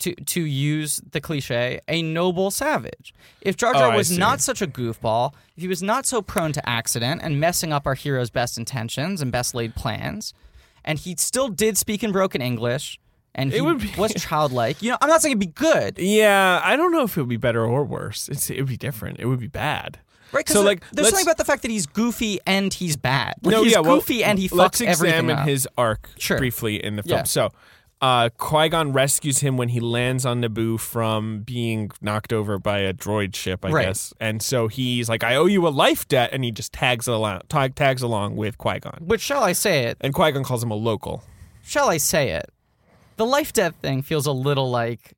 Speaker 1: to to use the cliche, a noble savage? If Jar Jar
Speaker 2: Oh, I
Speaker 1: was
Speaker 2: see.
Speaker 1: not such a goofball, if he was not so prone to accident and messing up our hero's best intentions and best laid plans, and he still did speak in broken English and he
Speaker 2: would be-
Speaker 1: was childlike. You know, I'm not saying it'd be good.
Speaker 2: Yeah, I don't know if it would be better or worse. It's, it would be different. It would be bad.
Speaker 1: Right, 'Cause
Speaker 2: So,
Speaker 1: there-
Speaker 2: like,
Speaker 1: there's
Speaker 2: let's-
Speaker 1: something about the fact that he's goofy and he's bad. Like,
Speaker 2: no,
Speaker 1: he's
Speaker 2: yeah, well,
Speaker 1: goofy and he fucks
Speaker 2: let's
Speaker 1: everything
Speaker 2: examine
Speaker 1: up.
Speaker 2: his arc
Speaker 1: Sure.
Speaker 2: briefly in the film.
Speaker 1: Yeah.
Speaker 2: So, uh, Qui Gon rescues him when he lands on Naboo from being knocked over by a droid ship, I
Speaker 1: Right.
Speaker 2: guess. And so he's like, "I owe you a life debt," and he just tags along, tag, tags along with Qui Gon.
Speaker 1: But shall I say it?
Speaker 2: And Qui Gon calls him a local.
Speaker 1: shall I say it? The life debt thing feels a little like,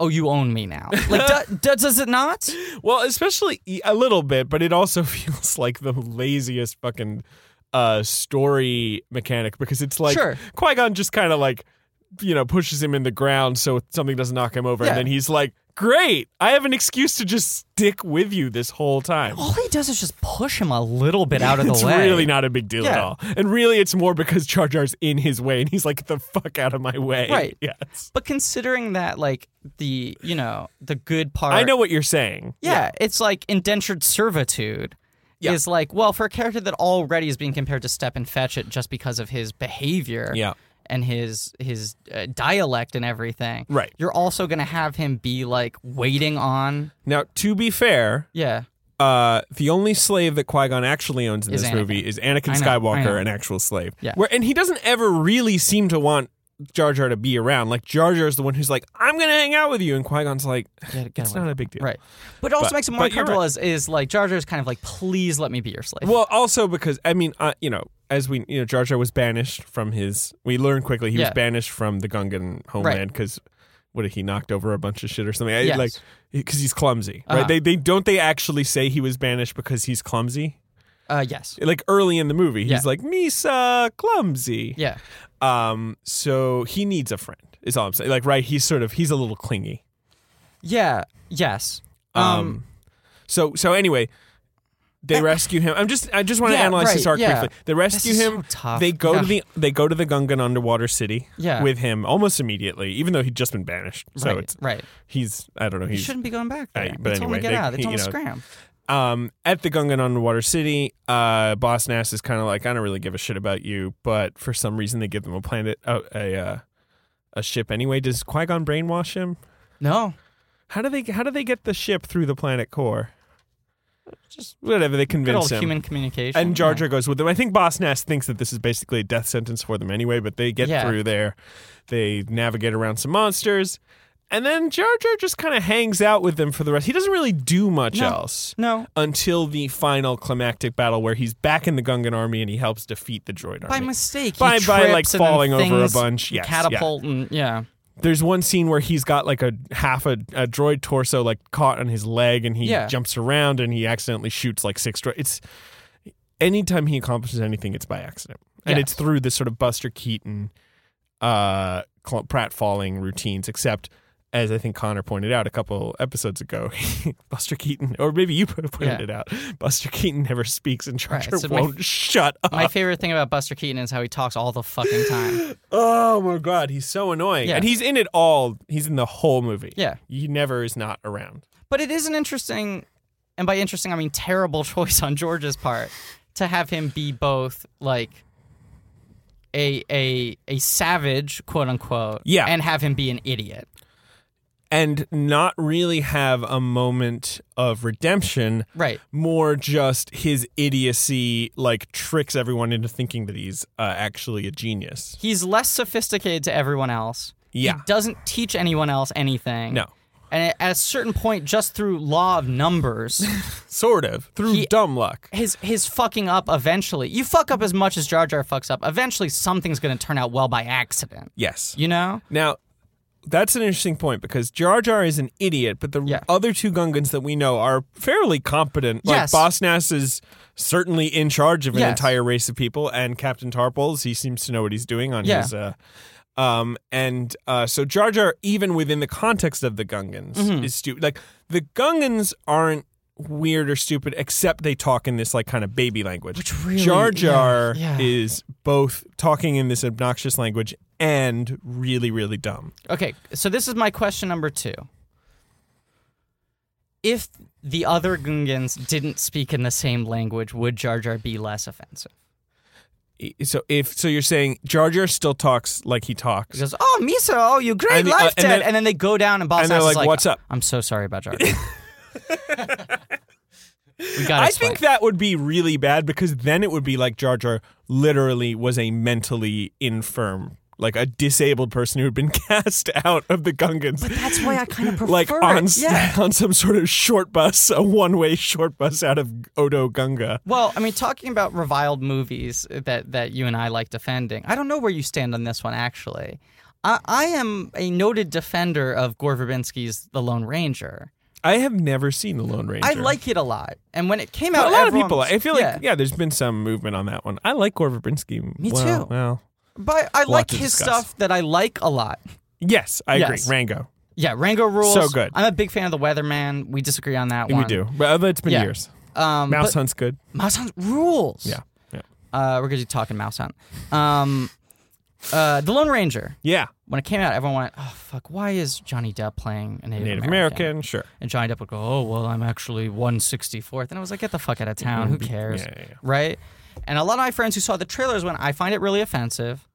Speaker 1: oh, you own me now. Like, do, do, does it not?
Speaker 2: Well, especially e, a little bit, but it also feels like the laziest fucking uh, story mechanic because it's like
Speaker 1: Sure.
Speaker 2: Qui Gon just kind of like, you know, pushes him in the ground so something doesn't knock him over.
Speaker 1: Yeah.
Speaker 2: And then he's like, great, I have an excuse to just stick with you this whole time.
Speaker 1: All he does is just push him a little bit Oh, out of the
Speaker 2: It's
Speaker 1: way.
Speaker 2: really not a big deal at
Speaker 1: Yeah.
Speaker 2: all. And really, it's more because Jar Jar's in his way and he's like, "Get the fuck out of my way.
Speaker 1: Right.
Speaker 2: Yes.
Speaker 1: but considering that, like, the, you know, the good part.
Speaker 2: I know what you're saying.
Speaker 1: Yeah, it's like indentured servitude.
Speaker 2: Yeah.
Speaker 1: Is like, well, for a character that already is being compared to Step and Fetch It just because of his behavior.
Speaker 2: Yeah.
Speaker 1: And his his uh, dialect and everything.
Speaker 2: Right.
Speaker 1: You're also gonna have him be like waiting on.
Speaker 2: Now, to be fair,
Speaker 1: Yeah.
Speaker 2: uh, the only slave that Qui Gon actually owns in
Speaker 1: Is
Speaker 2: this
Speaker 1: Anakin.
Speaker 2: movie is Anakin
Speaker 1: I know, I know.
Speaker 2: Skywalker, an actual slave.
Speaker 1: Yeah.
Speaker 2: Where and he doesn't ever really seem to want Jar Jar to be around. Like Jar Jar is the one who's like, "I'm gonna hang out with you," and Qui Gon's like,
Speaker 1: Get, get
Speaker 2: "It's
Speaker 1: away.
Speaker 2: not a big deal."
Speaker 1: Right. But it also
Speaker 2: But-
Speaker 1: makes it more
Speaker 2: but you're
Speaker 1: uncomfortable as is like Jar Jar's kind of like, please let me be your slave.
Speaker 2: Well, also because I mean, uh, you know, as we you know, Jar Jar was banished from his. We learn quickly he
Speaker 1: Yeah.
Speaker 2: was banished from the Gungan homeland because what he knocked over a bunch of shit or something. I,
Speaker 1: Yes.
Speaker 2: Like because he's clumsy, right?
Speaker 1: Uh-huh.
Speaker 2: They they don't they actually say he was banished because he's clumsy.
Speaker 1: Uh, yes.
Speaker 2: Like early in the movie, he's
Speaker 1: Yeah.
Speaker 2: like Misa clumsy.
Speaker 1: Yeah.
Speaker 2: Um, so he needs a friend. Is all I'm saying. Like right, he's sort of he's a little clingy.
Speaker 1: Yeah. Yes.
Speaker 2: Um,
Speaker 1: Um,
Speaker 2: so so anyway, they rescue him. I'm just I just want to
Speaker 1: Yeah,
Speaker 2: analyze this
Speaker 1: right,
Speaker 2: arc
Speaker 1: yeah.
Speaker 2: briefly. They rescue
Speaker 1: is so
Speaker 2: him.
Speaker 1: tough.
Speaker 2: They go
Speaker 1: Yeah.
Speaker 2: to the they go to the Gungan underwater city
Speaker 1: Yeah.
Speaker 2: with him almost immediately, even though he'd just been banished. So
Speaker 1: right.
Speaker 2: it's
Speaker 1: right.
Speaker 2: he's I don't know
Speaker 1: You
Speaker 2: he's
Speaker 1: shouldn't be going back there.
Speaker 2: Right, but
Speaker 1: they told him
Speaker 2: anyway,
Speaker 1: to get
Speaker 2: they-
Speaker 1: out. They
Speaker 2: he-
Speaker 1: told him
Speaker 2: you
Speaker 1: to
Speaker 2: know,
Speaker 1: scram.
Speaker 2: um, at the Gungan underwater city. Uh, Boss Nass is kind of like I don't really give a shit about you, but for some reason they give them a planet a a, uh, a ship anyway. Does Qui Gon brainwash him?
Speaker 1: No.
Speaker 2: How do they how do they get the ship through the planet core?
Speaker 1: Just
Speaker 2: Whatever they
Speaker 1: good
Speaker 2: convince
Speaker 1: old
Speaker 2: him.
Speaker 1: human communication.
Speaker 2: and Jar Jar
Speaker 1: Yeah.
Speaker 2: goes with them. I think Boss Nass thinks that this is basically a death sentence for them anyway, but they get
Speaker 1: Yeah.
Speaker 2: through there. They navigate around some monsters. And then Jar Jar just kind of hangs out with them for the rest. He doesn't really do much
Speaker 1: No.
Speaker 2: else
Speaker 1: No.
Speaker 2: until the final climactic battle where he's back in the Gungan army and he helps defeat the droid
Speaker 1: By
Speaker 2: army.
Speaker 1: mistake, he
Speaker 2: By- by, like,
Speaker 1: trips and then
Speaker 2: falling over a
Speaker 1: things
Speaker 2: bunch. Yes, yeah.
Speaker 1: catapult and yeah,
Speaker 2: There's one scene where he's got like a half a, a droid torso like caught on his leg and he
Speaker 1: Yeah.
Speaker 2: jumps around and he accidentally shoots like six droids. It's anytime he accomplishes anything, it's by accident. And
Speaker 1: Yes.
Speaker 2: it's through this sort of Buster Keaton uh cl- pratfalling routines, except as I think Connor pointed out a couple episodes ago, Buster Keaton, or maybe you pointed
Speaker 1: Yeah.
Speaker 2: it out, Buster Keaton never speaks and Jar
Speaker 1: Right,
Speaker 2: Jar
Speaker 1: so my-
Speaker 2: won't shut up.
Speaker 1: My favorite thing about Buster Keaton is how he talks all the fucking time.
Speaker 2: Oh my god, he's so annoying.
Speaker 1: Yeah.
Speaker 2: And he's in it all. He's in the whole movie.
Speaker 1: Yeah.
Speaker 2: He never is not around.
Speaker 1: But it is an interesting, and by interesting, I mean terrible choice on George's part to have him be both like a a a savage, quote unquote,
Speaker 2: Yeah.
Speaker 1: and have him be an idiot.
Speaker 2: And not really have a moment of redemption.
Speaker 1: Right.
Speaker 2: More just his idiocy like tricks everyone into thinking that he's uh, actually a genius.
Speaker 1: He's less sophisticated to everyone else.
Speaker 2: Yeah.
Speaker 1: He doesn't teach anyone else anything.
Speaker 2: No.
Speaker 1: And at a certain point, just through law of numbers,
Speaker 2: Sort of. Through
Speaker 1: He-
Speaker 2: dumb luck.
Speaker 1: his his fucking up eventually. You fuck up as much as Jar Jar fucks up. Eventually, something's gonna turn out well by accident.
Speaker 2: Yes.
Speaker 1: You know?
Speaker 2: Now, that's an interesting point because Jar Jar is an idiot, but the
Speaker 1: Yeah.
Speaker 2: other two Gungans that we know are fairly competent. Like
Speaker 1: Yes.
Speaker 2: Boss Nass is certainly in charge of an
Speaker 1: Yes.
Speaker 2: entire race of people, and Captain Tarples, he seems to know what he's doing on
Speaker 1: Yeah.
Speaker 2: his. Uh, um, and uh, so Jar Jar, even within the context of the Gungans,
Speaker 1: Mm-hmm.
Speaker 2: is stupid. Like the Gungans aren't weird or stupid, except they talk in this like kind of baby language.
Speaker 1: Which really-
Speaker 2: Jar Jar
Speaker 1: yeah, yeah.
Speaker 2: is both talking in this obnoxious language and really, really dumb.
Speaker 1: Okay, so this is my question number two. If the other Gungans didn't speak in the same language, would Jar Jar be less offensive?
Speaker 2: So if so, you're saying Jar Jar still talks like he talks.
Speaker 1: He goes, "Oh, Misa, oh, you great
Speaker 2: And the- uh,
Speaker 1: life,
Speaker 2: and
Speaker 1: Dad,"
Speaker 2: then-
Speaker 1: and then they go down and Boss
Speaker 2: and they're
Speaker 1: Nass is
Speaker 2: like, "What's up?"
Speaker 1: I'm so sorry about Jar Jar." we got.
Speaker 2: I think that would be really bad because then it would be like Jar Jar literally was a mentally infirm, like a disabled person who had been cast out of the Gungans.
Speaker 1: that's why I kind of prefer
Speaker 2: like on
Speaker 1: it. Yeah.
Speaker 2: on some sort of short bus, a one way short bus out of Odo Gunga.
Speaker 1: Well, I mean, talking about reviled movies that that you and I like defending, I don't know where you stand on this one actually. I, I am a noted defender of Gore Verbinski's The Lone Ranger.
Speaker 2: I have never seen the Lone Ranger.
Speaker 1: I like it a lot, and when it came
Speaker 2: a
Speaker 1: out,
Speaker 2: lot of
Speaker 1: everyone
Speaker 2: people.
Speaker 1: was-
Speaker 2: I feel like yeah.
Speaker 1: yeah.
Speaker 2: there's been some movement on that one. I like Gore Verbinski.
Speaker 1: Me
Speaker 2: well,
Speaker 1: too.
Speaker 2: Well,
Speaker 1: but I like
Speaker 2: to
Speaker 1: his
Speaker 2: discuss.
Speaker 1: stuff that I like a lot.
Speaker 2: yes, I agree.
Speaker 1: Yes.
Speaker 2: Rango.
Speaker 1: Yeah, Rango rules.
Speaker 2: So good.
Speaker 1: I'm a big fan of the Weatherman. We disagree on that one.
Speaker 2: We do, but it's been
Speaker 1: Yeah.
Speaker 2: years.
Speaker 1: Um,
Speaker 2: Mouse
Speaker 1: but-
Speaker 2: Hunt's good.
Speaker 1: Mouse Hunt rules.
Speaker 2: Yeah, yeah,
Speaker 1: Uh, we're gonna be talking Mouse Hunt. Um, uh, the Lone Ranger.
Speaker 2: yeah.
Speaker 1: when it came out, everyone went, "Oh fuck, why is Johnny Depp playing a Native,
Speaker 2: Native American, sure.
Speaker 1: And Johnny Depp would go, "Oh well, I'm actually 164th," and I was like, "Get the fuck out of town. Who cares?"
Speaker 2: Yeah, yeah, yeah.
Speaker 1: Right? And a lot of my friends who saw the trailers went, "I find it really offensive."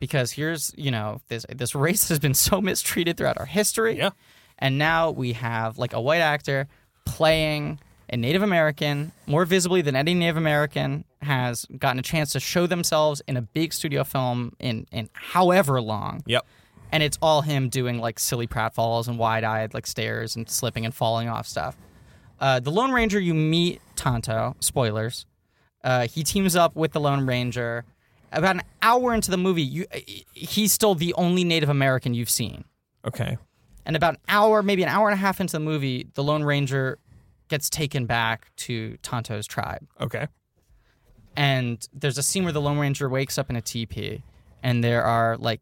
Speaker 1: Because here's, you know, this this race has been so mistreated throughout our history.
Speaker 2: Yeah.
Speaker 1: And now we have like a white actor playing a Native American more visibly than any Native American has gotten a chance to show themselves in a big studio film in in however long
Speaker 2: Yep.
Speaker 1: and it's all him doing like silly pratfalls and wide-eyed like stares and slipping and falling off stuff. Uh, the Lone Ranger, you meet Tonto. Spoilers. Uh, he teams up with the Lone Ranger. uh, About an hour into the movie, you, he's still the only Native American you've seen.
Speaker 2: Okay.
Speaker 1: And about an hour, maybe an hour and a half into the movie, the Lone Ranger gets taken back to Tonto's tribe.
Speaker 2: Okay.
Speaker 1: And there's a scene where the Lone Ranger wakes up in a teepee, and there are like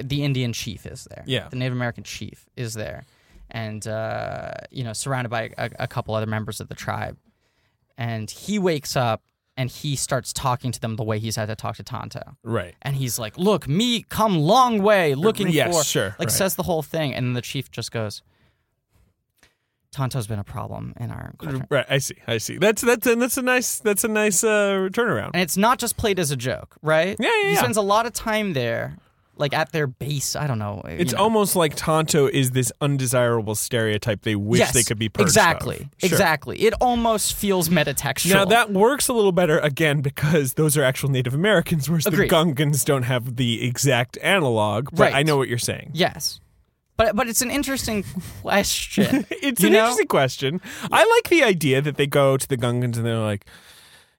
Speaker 1: the Indian chief is there.
Speaker 2: Yeah.
Speaker 1: The Native American chief is there, and uh, you know surrounded by a, a couple other members of the tribe, and he wakes up and he starts talking to them the way he's had to talk to Tonto
Speaker 2: Right.
Speaker 1: and he's like, "Look, me come long way looking
Speaker 2: Yes,
Speaker 1: for."
Speaker 2: sure,
Speaker 1: Like
Speaker 2: right.
Speaker 1: says the whole thing, and the chief just goes, "Tonto's been a problem in our culture."
Speaker 2: Right. I see. I see. That's that's and that's a nice that's a nice uh, turnaround.
Speaker 1: And it's not just played as a joke, right?
Speaker 2: Yeah, yeah,
Speaker 1: He
Speaker 2: yeah.
Speaker 1: spends a lot of time there, like at their base. I don't know.
Speaker 2: It's
Speaker 1: you know.
Speaker 2: almost like Tonto is this undesirable stereotype they wish
Speaker 1: Yes,
Speaker 2: they could be purged of.
Speaker 1: exactly,
Speaker 2: Sure.
Speaker 1: exactly. It almost feels metatextual.
Speaker 2: Now that works a little better again because those are actual Native Americans, whereas
Speaker 1: Agreed.
Speaker 2: the Gungans don't have the exact analog. But
Speaker 1: Right.
Speaker 2: I know what you're saying.
Speaker 1: yes, but but it's an interesting question.
Speaker 2: It's
Speaker 1: you
Speaker 2: an
Speaker 1: know?
Speaker 2: interesting question. I like the idea that they go to the Gungans and they're like,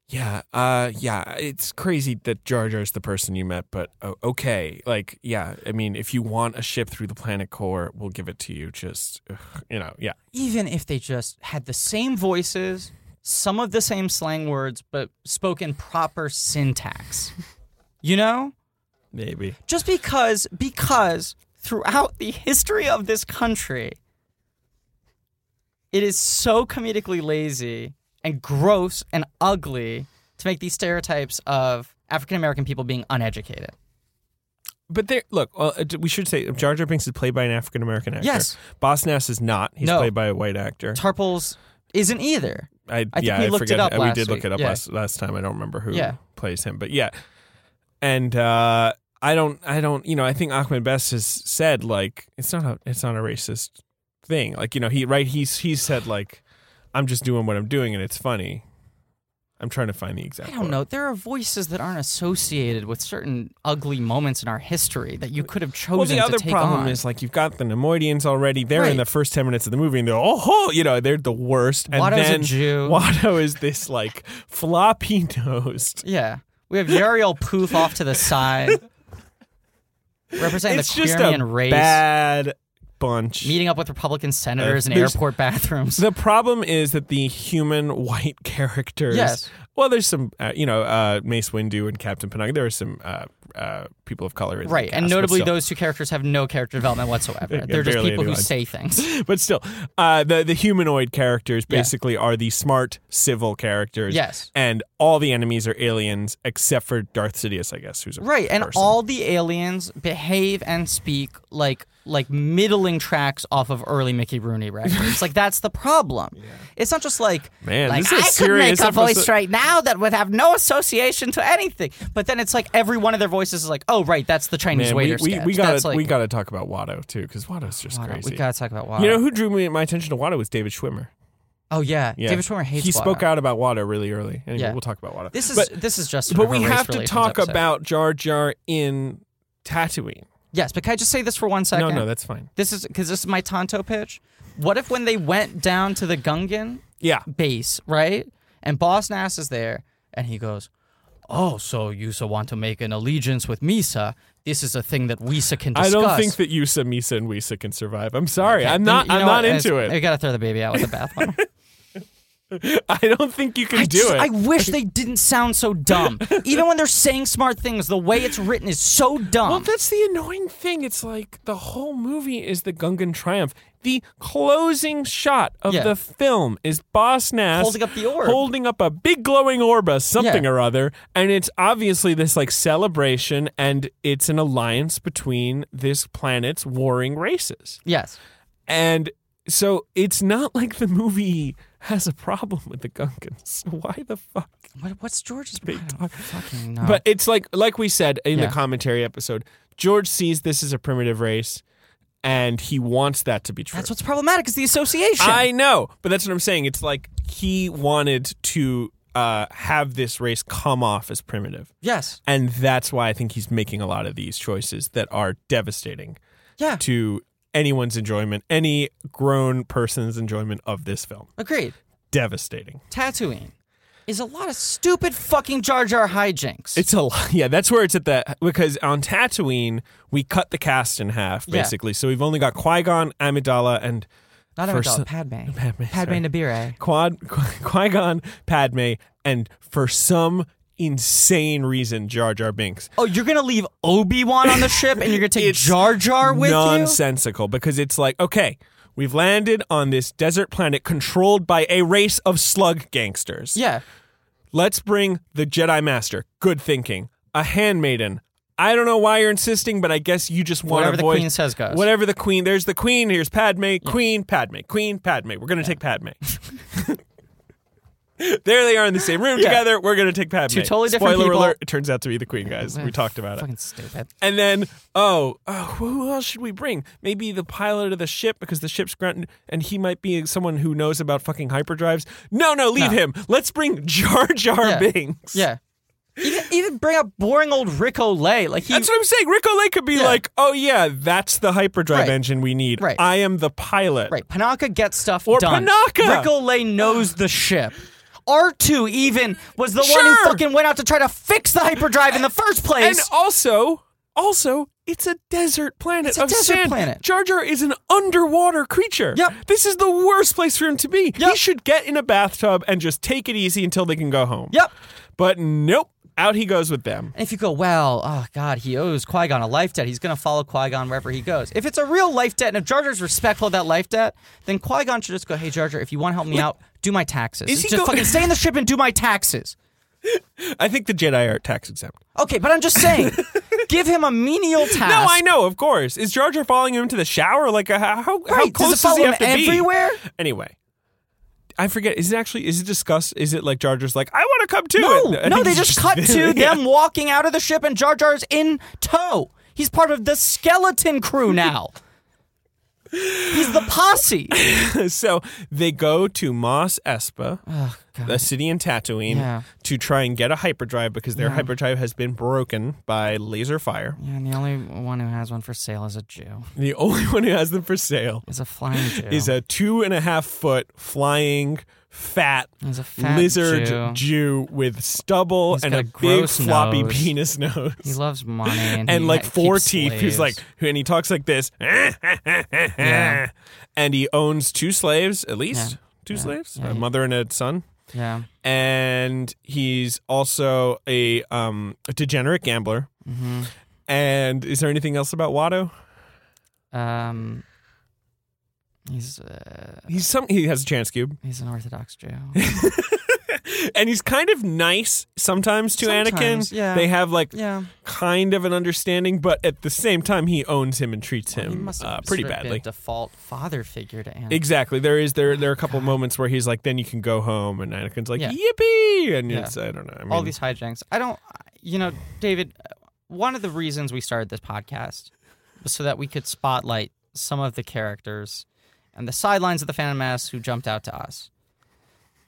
Speaker 2: "Yeah, uh, yeah, it's crazy that Jar Jar's the person you met, but oh, okay, like, yeah, I mean, if you want a ship through the planet core, we'll give it to you. Just, ugh, you know, yeah,
Speaker 1: even if they just had the same voices, some of the same slang words, but spoke in proper syntax. You know?
Speaker 2: maybe,
Speaker 1: Just because, because throughout the history of this country, it is so comedically lazy and gross and ugly to make these stereotypes of African American people being uneducated.
Speaker 2: but there. Look, well, uh, we should say Jar Jar Binks is played by an African American actor.
Speaker 1: Yes.
Speaker 2: Boss Nass is not. He's
Speaker 1: No.
Speaker 2: played by a white actor.
Speaker 1: Tarples isn't either.
Speaker 2: I,
Speaker 1: I think
Speaker 2: yeah,
Speaker 1: we
Speaker 2: I
Speaker 1: looked it
Speaker 2: forget.
Speaker 1: up
Speaker 2: we
Speaker 1: last
Speaker 2: did look
Speaker 1: week.
Speaker 2: it up
Speaker 1: Yeah.
Speaker 2: last last time. I don't remember who
Speaker 1: Yeah.
Speaker 2: plays him, but yeah. And uh, I don't, I don't, you know, I think Ahmed Best has said like it's not a, it's not a racist thing. Like you know, he right, he's he's said like I'm just doing what I'm doing and it's funny. I'm trying to find the exact.
Speaker 1: I don't
Speaker 2: quote.
Speaker 1: know. There are voices that aren't associated with certain ugly moments in our history that you could have chosen
Speaker 2: Well, the
Speaker 1: to
Speaker 2: other
Speaker 1: take
Speaker 2: problem
Speaker 1: on.
Speaker 2: is like you've got the Nemoidians already. They're
Speaker 1: Right.
Speaker 2: in the first ten minutes of the movie, and they're oh, ho," you know, they're the worst. And
Speaker 1: Watto's a
Speaker 2: then
Speaker 1: Jew.
Speaker 2: Watto is this like floppy nosed.
Speaker 1: yeah, we have Uriel Poof off to the side, representing
Speaker 2: it's
Speaker 1: the
Speaker 2: just
Speaker 1: Queerman
Speaker 2: a
Speaker 1: race,
Speaker 2: bad bunch.
Speaker 1: meeting up with Republican senators in
Speaker 2: there's-
Speaker 1: airport bathrooms.
Speaker 2: the problem is that the human white characters.
Speaker 1: Yes.
Speaker 2: Well, there's some, uh, you know, uh, Mace Windu and Captain Panag. There are some uh, uh, people of color in the
Speaker 1: right, and
Speaker 2: cast, but
Speaker 1: notably,
Speaker 2: still-
Speaker 1: those two characters have no character development whatsoever.
Speaker 2: Yeah,
Speaker 1: They're just
Speaker 2: barely
Speaker 1: people
Speaker 2: anyone.
Speaker 1: who say things.
Speaker 2: But still, uh, the the humanoid characters
Speaker 1: Yeah.
Speaker 2: basically are the smart civil characters.
Speaker 1: Yes.
Speaker 2: And all the enemies are aliens, except for Darth Sidious, I guess, who's a
Speaker 1: Right, and
Speaker 2: person.
Speaker 1: all the aliens behave and speak like like middling tracks off of early Mickey Rooney records. like that's the problem. It's not just like
Speaker 2: Man,
Speaker 1: like,
Speaker 2: this is a
Speaker 1: I could make
Speaker 2: serious
Speaker 1: a voice
Speaker 2: episode."
Speaker 1: right now that would have no association to anything. But then it's like every one of their voices is like, oh right, that's the Chinese
Speaker 2: Man, we,
Speaker 1: waiter
Speaker 2: we,
Speaker 1: sketch.
Speaker 2: we gotta
Speaker 1: that's like,
Speaker 2: we gotta talk about Watto too, because Watto's just
Speaker 1: Wow,
Speaker 2: crazy.
Speaker 1: we gotta talk about Watto.
Speaker 2: you know who drew me my attention to Watto was David Schwimmer.
Speaker 1: oh yeah.
Speaker 2: Yeah.
Speaker 1: David Schwimmer hates
Speaker 2: He
Speaker 1: Watto.
Speaker 2: spoke out about water really early. Anyway,
Speaker 1: Yeah.
Speaker 2: we'll talk about water.
Speaker 1: This is
Speaker 2: but,
Speaker 1: this is just
Speaker 2: but we
Speaker 1: a race
Speaker 2: have to
Speaker 1: relations
Speaker 2: talk
Speaker 1: episode.
Speaker 2: about Jar Jar in Tatooine.
Speaker 1: yes. But can I just say this for one second?
Speaker 2: No, no, that's fine.
Speaker 1: This is because this is my Tonto pitch. What if when they went down to the Gungan
Speaker 2: Yeah,
Speaker 1: base, right? And Boss Nass is there, and he goes, "Oh, so you so want to make an allegiance with Misa? This is a thing that Wisa can
Speaker 2: I
Speaker 1: discuss."
Speaker 2: don't think that Yusa, Misa, and Wisa can survive. I'm sorry,
Speaker 1: Okay,
Speaker 2: I'm
Speaker 1: then
Speaker 2: not.
Speaker 1: you know
Speaker 2: I'm not
Speaker 1: what? It's-
Speaker 2: into
Speaker 1: I
Speaker 2: it.
Speaker 1: gotta throw the baby out with the bathwater.
Speaker 2: I don't think you can
Speaker 1: I
Speaker 2: do
Speaker 1: just-
Speaker 2: it.
Speaker 1: I wish they didn't sound so dumb. Even when they're saying smart things, the way it's written is so dumb.
Speaker 2: well, that's the annoying thing. It's like the whole movie is the Gungan triumph. The closing shot of
Speaker 1: Yeah.
Speaker 2: the film is Boss Nass
Speaker 1: Holding up the orb.
Speaker 2: holding up a big glowing orb, of something
Speaker 1: Yeah.
Speaker 2: or other, and it's obviously this like celebration, and it's an alliance between this planet's warring races,
Speaker 1: yes.
Speaker 2: and so it's not like the movie has a problem with the Gungans. Why the fuck?
Speaker 1: What, what's George's? I don't
Speaker 2: talk-
Speaker 1: fucking know.
Speaker 2: But it's like like we said in
Speaker 1: Oh. Yeah.
Speaker 2: the commentary episode, George sees this as a primitive race and he wants that to be true.
Speaker 1: that's what's problematic is the association.
Speaker 2: I know, but that's what I'm saying. It's like he wanted to uh, have this race come off as primitive.
Speaker 1: yes.
Speaker 2: And that's why I think he's making a lot of these choices that are devastating
Speaker 1: Yeah.
Speaker 2: to anyone's enjoyment, any grown person's enjoyment of this film.
Speaker 1: Agreed.
Speaker 2: Devastating.
Speaker 1: Tatooine. is a lot of stupid fucking Jar Jar hijinks.
Speaker 2: It's a lot. Yeah, that's where it's at that because on Tatooine we cut the cast in half
Speaker 1: Yeah.
Speaker 2: basically. So we've only got Qui Gon, Amidala, and
Speaker 1: not
Speaker 2: for
Speaker 1: an adult,
Speaker 2: some-
Speaker 1: Padme.
Speaker 2: Padme, sorry.
Speaker 1: Padme Nabire.
Speaker 2: Quad Qui Gon, Padme, and for some insane reason Jar Jar Binks.
Speaker 1: Oh, you're gonna leave Obi Wan on the ship, and you're gonna take
Speaker 2: It's
Speaker 1: Jar Jar with you?
Speaker 2: Nonsensical because it's like okay. We've landed on this desert planet controlled by a race of slug gangsters.
Speaker 1: Yeah,
Speaker 2: Let's bring the Jedi Master. Good thinking. A handmaiden. I don't know why you're insisting, but I guess you just want
Speaker 1: whatever
Speaker 2: to
Speaker 1: the
Speaker 2: avoid
Speaker 1: queen says goes.
Speaker 2: whatever the queen. There's the queen. Here's Padme. Queen Padme. Queen Padme. We're gonna take Padme. there they are in the same room together. We're gonna take Padme.
Speaker 1: Two totally different
Speaker 2: Spoiler
Speaker 1: people.
Speaker 2: alert! It turns out to be the queen, guys. We talked about it.
Speaker 1: Fucking stupid.
Speaker 2: And then, oh, oh, who else should we bring? Maybe the pilot of the ship because the ship's grunting, and he might be someone who knows about fucking hyperdrives. No, no, leave
Speaker 1: No.
Speaker 2: him. Let's bring Jar Jar
Speaker 1: Yeah.
Speaker 2: Binks.
Speaker 1: Yeah. Even, even bring up boring old Rick Olay. Like he,
Speaker 2: That's what I'm saying. Rick Olay could be
Speaker 1: Yeah.
Speaker 2: like, "Oh yeah, that's the
Speaker 1: Right.
Speaker 2: hyperdrive engine we need.
Speaker 1: Right.
Speaker 2: I am the pilot.
Speaker 1: right? Panaka gets stuff
Speaker 2: Or
Speaker 1: done.
Speaker 2: Panaka!
Speaker 1: Rick Olay knows the ship. R two even was the one
Speaker 2: Sure.
Speaker 1: who fucking went out to try to fix the hyperdrive in the first
Speaker 2: And
Speaker 1: place.
Speaker 2: also, also, it's a desert planet
Speaker 1: It's a
Speaker 2: of
Speaker 1: desert
Speaker 2: sand.
Speaker 1: planet.
Speaker 2: Jar Jar is an underwater creature.
Speaker 1: Yep.
Speaker 2: This is the worst place for him to be. He
Speaker 1: Yep.
Speaker 2: should get in a bathtub and just take it easy until they can go home.
Speaker 1: yep.
Speaker 2: But nope, out he goes with them.
Speaker 1: And if you go, well, oh God, he owes Qui Gon a life debt. He's going to follow Qui Gon wherever he goes. If it's a real life debt, and if Jar Jar's respectful of that life debt, then Qui Gon should just go, hey, Jar Jar, if you want to help me out, do my taxes.
Speaker 2: is he
Speaker 1: just
Speaker 2: go-
Speaker 1: fucking stay in the ship and do my taxes.
Speaker 2: I think the Jedi are tax exempt.
Speaker 1: Okay, but I'm just saying, give him a menial task.
Speaker 2: No, I know, of course. Is Jar Jar following him to the shower? Like, uh, how, how
Speaker 1: Right,
Speaker 2: close
Speaker 1: does it follow
Speaker 2: he
Speaker 1: him
Speaker 2: have to be?
Speaker 1: everywhere?
Speaker 2: Anyway, I forget. Is it actually? Is it discussed? Is it like Jar Jar's like, I want to come to
Speaker 1: No,
Speaker 2: it? I
Speaker 1: no,
Speaker 2: think
Speaker 1: they
Speaker 2: it's
Speaker 1: just cut to
Speaker 2: Yeah.
Speaker 1: them walking out of the ship, and Jar Jar's in tow. He's part of the skeleton crew now. He's the posse.
Speaker 2: so they go to Mos Espa,
Speaker 1: Oh, God.
Speaker 2: the city in Tatooine,
Speaker 1: Yeah.
Speaker 2: to try and get a hyperdrive because their hyperdrive has been broken by laser fire.
Speaker 1: Yeah, and the only one who has one for sale is a Jew.
Speaker 2: The only one who has them for sale
Speaker 1: Is a flying Jew.
Speaker 2: is a two and a half foot flying fat.
Speaker 1: He's a fat
Speaker 2: lizard
Speaker 1: Jew.
Speaker 2: with stubble
Speaker 1: He's
Speaker 2: and
Speaker 1: got
Speaker 2: a,
Speaker 1: a
Speaker 2: big
Speaker 1: gross
Speaker 2: floppy
Speaker 1: nose.
Speaker 2: penis nose.
Speaker 1: He loves money and,
Speaker 2: and
Speaker 1: he
Speaker 2: like
Speaker 1: ha-
Speaker 2: four
Speaker 1: keeps
Speaker 2: teeth. He's like,
Speaker 1: slaves.
Speaker 2: and he talks like this.
Speaker 1: Yeah.
Speaker 2: And he owns two slaves, at least
Speaker 1: Yeah.
Speaker 2: two slaves,
Speaker 1: Yeah,
Speaker 2: a
Speaker 1: he-
Speaker 2: mother and a son.
Speaker 1: yeah,
Speaker 2: And he's also a, um, a degenerate gambler.
Speaker 1: hmm
Speaker 2: And is there anything else about Watto?
Speaker 1: um, he's uh,
Speaker 2: He's some. He has a chance cube,
Speaker 1: he's an Orthodox Jew.
Speaker 2: and he's kind of nice sometimes to
Speaker 1: Sometimes,
Speaker 2: Anakin.
Speaker 1: yeah.
Speaker 2: They have like
Speaker 1: yeah,
Speaker 2: kind of an understanding, but at the same time, he owns him and treats
Speaker 1: he
Speaker 2: him
Speaker 1: must have uh,
Speaker 2: uh, pretty
Speaker 1: sort of been
Speaker 2: badly.
Speaker 1: a default father figure to Anakin.
Speaker 2: Exactly. There is there there are a couple moments where he's like, "Then you can go home," and Anakin's like,
Speaker 1: Yeah.
Speaker 2: "Yippee!" And
Speaker 1: Yeah.
Speaker 2: it's I don't know. I mean,
Speaker 1: All these hijinks. I don't. You know, David. uh, One of the reasons we started this podcast was so that we could spotlight some of the characters and the sidelines of the Phantom Menace who jumped out to us,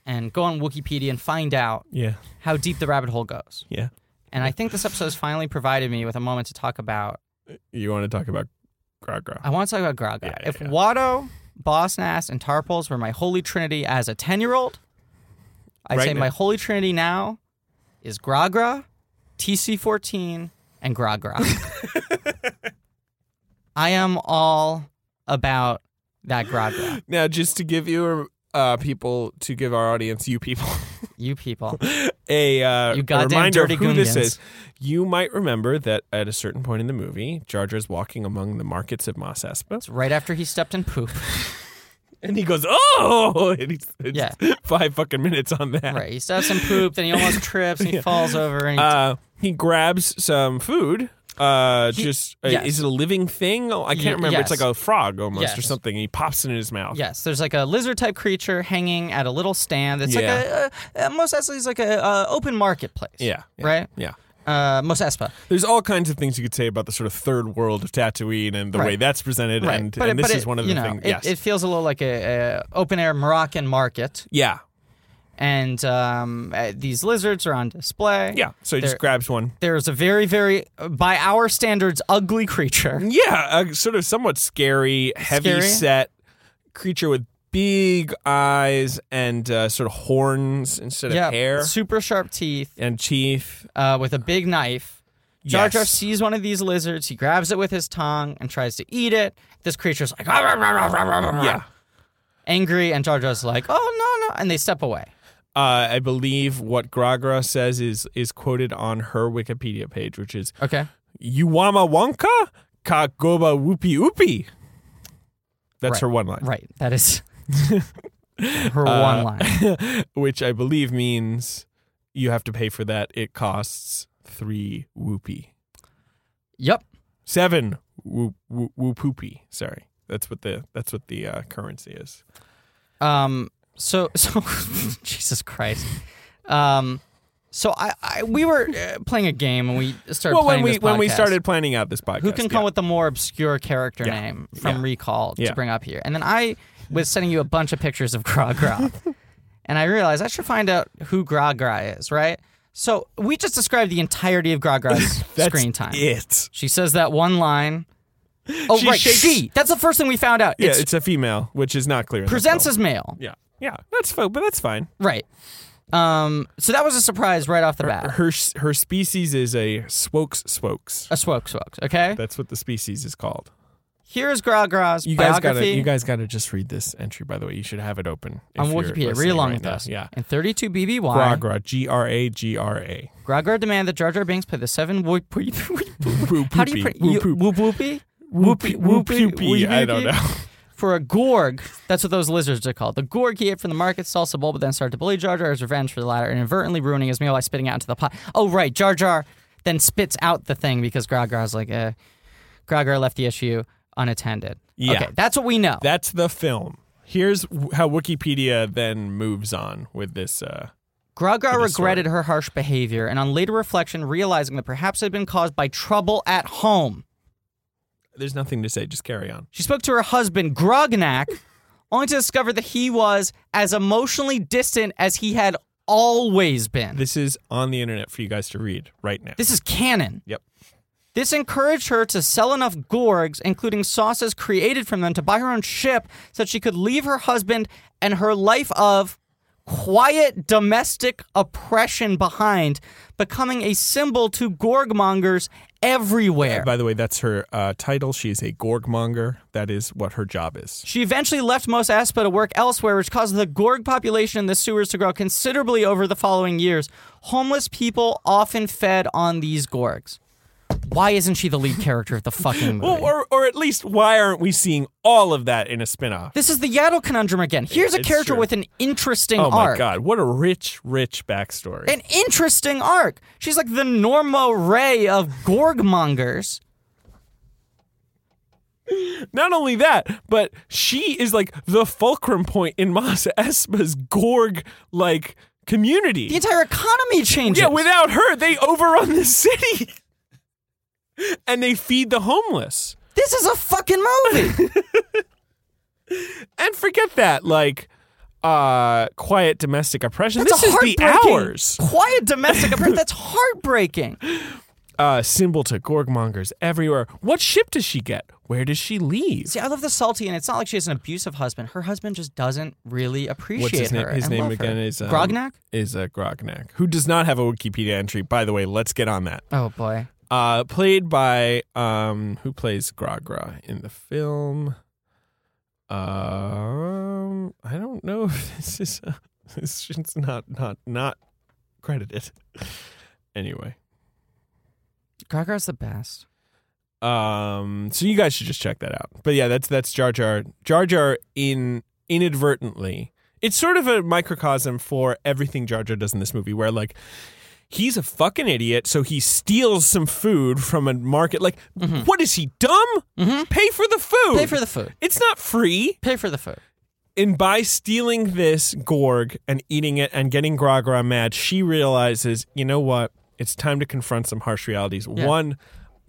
Speaker 1: and go on Wikipedia and find out
Speaker 2: yeah,
Speaker 1: how deep the rabbit hole goes.
Speaker 2: yeah.
Speaker 1: And I think this episode has finally provided me with a moment to talk about.
Speaker 2: You want to talk about Gragra?
Speaker 1: I want to talk about Graga.
Speaker 2: Yeah, yeah,
Speaker 1: if
Speaker 2: yeah.
Speaker 1: Watto, Boss Nass, and Tarples were my holy trinity as a 10 year old, I'd
Speaker 2: Right
Speaker 1: say
Speaker 2: now.
Speaker 1: my holy trinity now is Gragra, TC14, and Gragra. I am all about that Gragra.
Speaker 2: Now, just to give you uh, people, to give our audience, you people,
Speaker 1: You people.
Speaker 2: a, uh,
Speaker 1: You
Speaker 2: a
Speaker 1: goddamn
Speaker 2: reminder of
Speaker 1: dirty
Speaker 2: who this
Speaker 1: goonians.
Speaker 2: is. You might remember that at a certain point in the movie, Jar Jar's walking among the markets of Mos Espa,
Speaker 1: It's right after he stepped in poop.
Speaker 2: and he goes, "Oh!" And he's, it's
Speaker 1: Yeah.
Speaker 2: five fucking minutes on that.
Speaker 1: Right. He steps in poop, then he almost trips, and he falls over, and he
Speaker 2: Uh, he grabs some food. Uh,
Speaker 1: He-
Speaker 2: just uh,
Speaker 1: yes.
Speaker 2: is it a living thing? Oh, I can't
Speaker 1: Ye-
Speaker 2: remember. It's
Speaker 1: yes.
Speaker 2: like a frog almost or
Speaker 1: Yes.
Speaker 2: something. And he pops it in his mouth.
Speaker 1: Yes, there's like a lizard type creature hanging at a little stand. It's
Speaker 2: Yeah.
Speaker 1: like a, a, a Mos Espa is like a, uh open marketplace.
Speaker 2: Yeah, yeah,
Speaker 1: Right?
Speaker 2: Yeah.
Speaker 1: Uh, Mos Espa.
Speaker 2: There's all kinds of things you could say about the sort of third world of Tatooine and the
Speaker 1: Right.
Speaker 2: way that's presented.
Speaker 1: Right.
Speaker 2: And,
Speaker 1: but
Speaker 2: and
Speaker 1: it,
Speaker 2: this
Speaker 1: but
Speaker 2: is
Speaker 1: it-
Speaker 2: one of the
Speaker 1: you know,
Speaker 2: things.
Speaker 1: It,
Speaker 2: yes.
Speaker 1: it feels a little like a, a open air Moroccan market,
Speaker 2: yeah.
Speaker 1: and um, uh, these lizards are on display.
Speaker 2: Yeah. So he
Speaker 1: There-
Speaker 2: just grabs one.
Speaker 1: There's a very, very, uh, by our standards, ugly creature.
Speaker 2: Yeah. A sort of somewhat scary, heavy set creature with big eyes and uh, sort of horns instead
Speaker 1: yeah,
Speaker 2: of hair
Speaker 1: super sharp teeth
Speaker 2: and teeth.
Speaker 1: uh, with a big knife. Jar Jar
Speaker 2: Yes.
Speaker 1: sees one of these lizards. He grabs it with his tongue and tries to eat it. This creature's like, "Ah, rah, rah, rah, rah, rah, rah,"
Speaker 2: Yeah.
Speaker 1: angry, and Jar Jar's like, oh, no, no. And they step away.
Speaker 2: Uh, I believe what Gragra says is is quoted on her Wikipedia page, which is
Speaker 1: Okay.
Speaker 2: Uwama Wonka Kagoba Whoopie Oopie. That's her one line,
Speaker 1: Right. That is her
Speaker 2: Uh,
Speaker 1: one line.
Speaker 2: which I believe means you have to pay for that. It costs three whoopie.
Speaker 1: Yep.
Speaker 2: Seven whoop whoop whoopie. Sorry, that's what the that's what the uh, currency is.
Speaker 1: Um. So so Jesus Christ. Um. So I, I we were uh, playing a game and we started.
Speaker 2: well, when
Speaker 1: playing
Speaker 2: we
Speaker 1: this
Speaker 2: when we
Speaker 1: podcast.
Speaker 2: started planning out this podcast,
Speaker 1: Who can come with the more obscure character
Speaker 2: Yeah.
Speaker 1: name from
Speaker 2: Yeah.
Speaker 1: Recall to
Speaker 2: Yeah.
Speaker 1: bring up here? And then I was sending you a bunch of pictures of Gra Gra. and I realized I should find out who Gra Gra is, right? So we just described the entirety of Gra Gra's
Speaker 2: That's
Speaker 1: screen time.
Speaker 2: It.
Speaker 1: She says that one line. Oh,
Speaker 2: She
Speaker 1: right.
Speaker 2: shakes-
Speaker 1: She. That's the first thing we found out.
Speaker 2: Yeah,
Speaker 1: it's,
Speaker 2: it's, a female, which is not clear. in the
Speaker 1: presents
Speaker 2: film.
Speaker 1: as male.
Speaker 2: Yeah, yeah, that's fine, but that's fine.
Speaker 1: Right. Um, so that was a surprise right off the bat.
Speaker 2: Her her species is a swokes swokes.
Speaker 1: A swoke swoke, okay?
Speaker 2: That's what the species is called.
Speaker 1: Here's Gra Gra's
Speaker 2: You guys gotta
Speaker 1: biography
Speaker 2: you guys gotta just read this entry. By the way, you should have it open if
Speaker 1: on
Speaker 2: you're
Speaker 1: Wikipedia. Read
Speaker 2: listening
Speaker 1: along
Speaker 2: right
Speaker 1: with
Speaker 2: now.
Speaker 1: us.
Speaker 2: Yeah.
Speaker 1: In 32 BBY,
Speaker 2: Gragra, G R A G R A.
Speaker 1: Gra Gra demanded that Jar Jar Binks play the seven whoop. How do you print
Speaker 2: Whoop, whoop.
Speaker 1: whoop whoopy?
Speaker 2: Whoopie, whoopie,
Speaker 1: whoopie,
Speaker 2: whoopie. I don't know.
Speaker 1: For a gorg, that's what those lizards are called. The gorg he ate from the market salsa bowl, but then started to bully Jar Jar as revenge for the latter, inadvertently ruining his meal by spitting out into the pot. Oh, right. Jar Jar then spits out the thing because Gra Gra's like, eh. Gra Gra left the issue unattended.
Speaker 2: Yeah.
Speaker 1: Okay, that's what we know.
Speaker 2: That's the film. Here's w- how Wikipedia then moves on with this. Uh,
Speaker 1: Graga
Speaker 2: disorder.
Speaker 1: regretted her harsh behavior and, on later reflection, realizing that perhaps it had been caused by trouble at home.
Speaker 2: there's nothing to say. Just carry on.
Speaker 1: She spoke to her husband, Grognak, only to discover that he was as emotionally distant as he had always been.
Speaker 2: This is on the internet for you guys to read right now.
Speaker 1: This is canon.
Speaker 2: Yep.
Speaker 1: This encouraged her to sell enough gorgs, including sauces created from them, to buy her own ship so that she could leave her husband and her life of quiet domestic oppression behind, becoming a symbol to gorgmongers everywhere.
Speaker 2: By the way, that's her uh, title. She is a gorgmonger. That is what her job is.
Speaker 1: She eventually left Mos Espa to work elsewhere, which caused the Gorg population in the sewers to grow considerably over the following years. Homeless people often fed on these Gorgs. Why isn't she the lead character of the fucking movie?
Speaker 2: Well, or, or at least, why aren't we seeing all of that in a spinoff?
Speaker 1: this is the Yaddle conundrum again. Here's a
Speaker 2: It's
Speaker 1: character
Speaker 2: true.
Speaker 1: with an interesting
Speaker 2: Oh my
Speaker 1: arc.
Speaker 2: god, what a rich, rich backstory.
Speaker 1: An interesting arc. She's like the Norma Ray of Gorgmongers.
Speaker 2: Not only that, but she is like the fulcrum point in Mos Espa's gorg like community.
Speaker 1: The entire economy changes.
Speaker 2: Yeah, without her, they overrun the city. and they feed the homeless.
Speaker 1: this is a fucking movie.
Speaker 2: And forget that, like, uh, quiet domestic oppression.
Speaker 1: That's
Speaker 2: this
Speaker 1: a
Speaker 2: is the
Speaker 1: heartbreaking,
Speaker 2: hours.
Speaker 1: Quiet domestic oppression. That's heartbreaking.
Speaker 2: Uh, symbol to gorgmongers everywhere. What ship does she get? Where does she leave?
Speaker 1: See, I love the salty, and it's not like she has an abusive husband. Her husband just doesn't really appreciate
Speaker 2: What's his name?
Speaker 1: her.
Speaker 2: His
Speaker 1: and
Speaker 2: name
Speaker 1: love her.
Speaker 2: again is um,
Speaker 1: Grognak.
Speaker 2: Is uh, Grognak, who does not have a Wikipedia entry. By the way, let's get on that.
Speaker 1: Oh boy,
Speaker 2: Uh, played by um, who plays Grogra in the film? Um, I don't know if this is this shit's not not not credited. Anyway,
Speaker 1: Gaga's the best.
Speaker 2: um, so you guys should just check that out. But yeah, that's that's Jar Jar Jar Jar in inadvertently. It's sort of a microcosm for everything Jar Jar does in this movie, where like. He's a fucking idiot, so he steals some food from a market. Like, what is he dumb?
Speaker 1: Mm-hmm.
Speaker 2: Pay for the food.
Speaker 1: Pay for the food.
Speaker 2: It's not free.
Speaker 1: Pay for the food.
Speaker 2: And by stealing this gorg and eating it and getting Gragra mad, she realizes, you know what? It's time to confront some harsh realities.
Speaker 1: Yeah.
Speaker 2: One,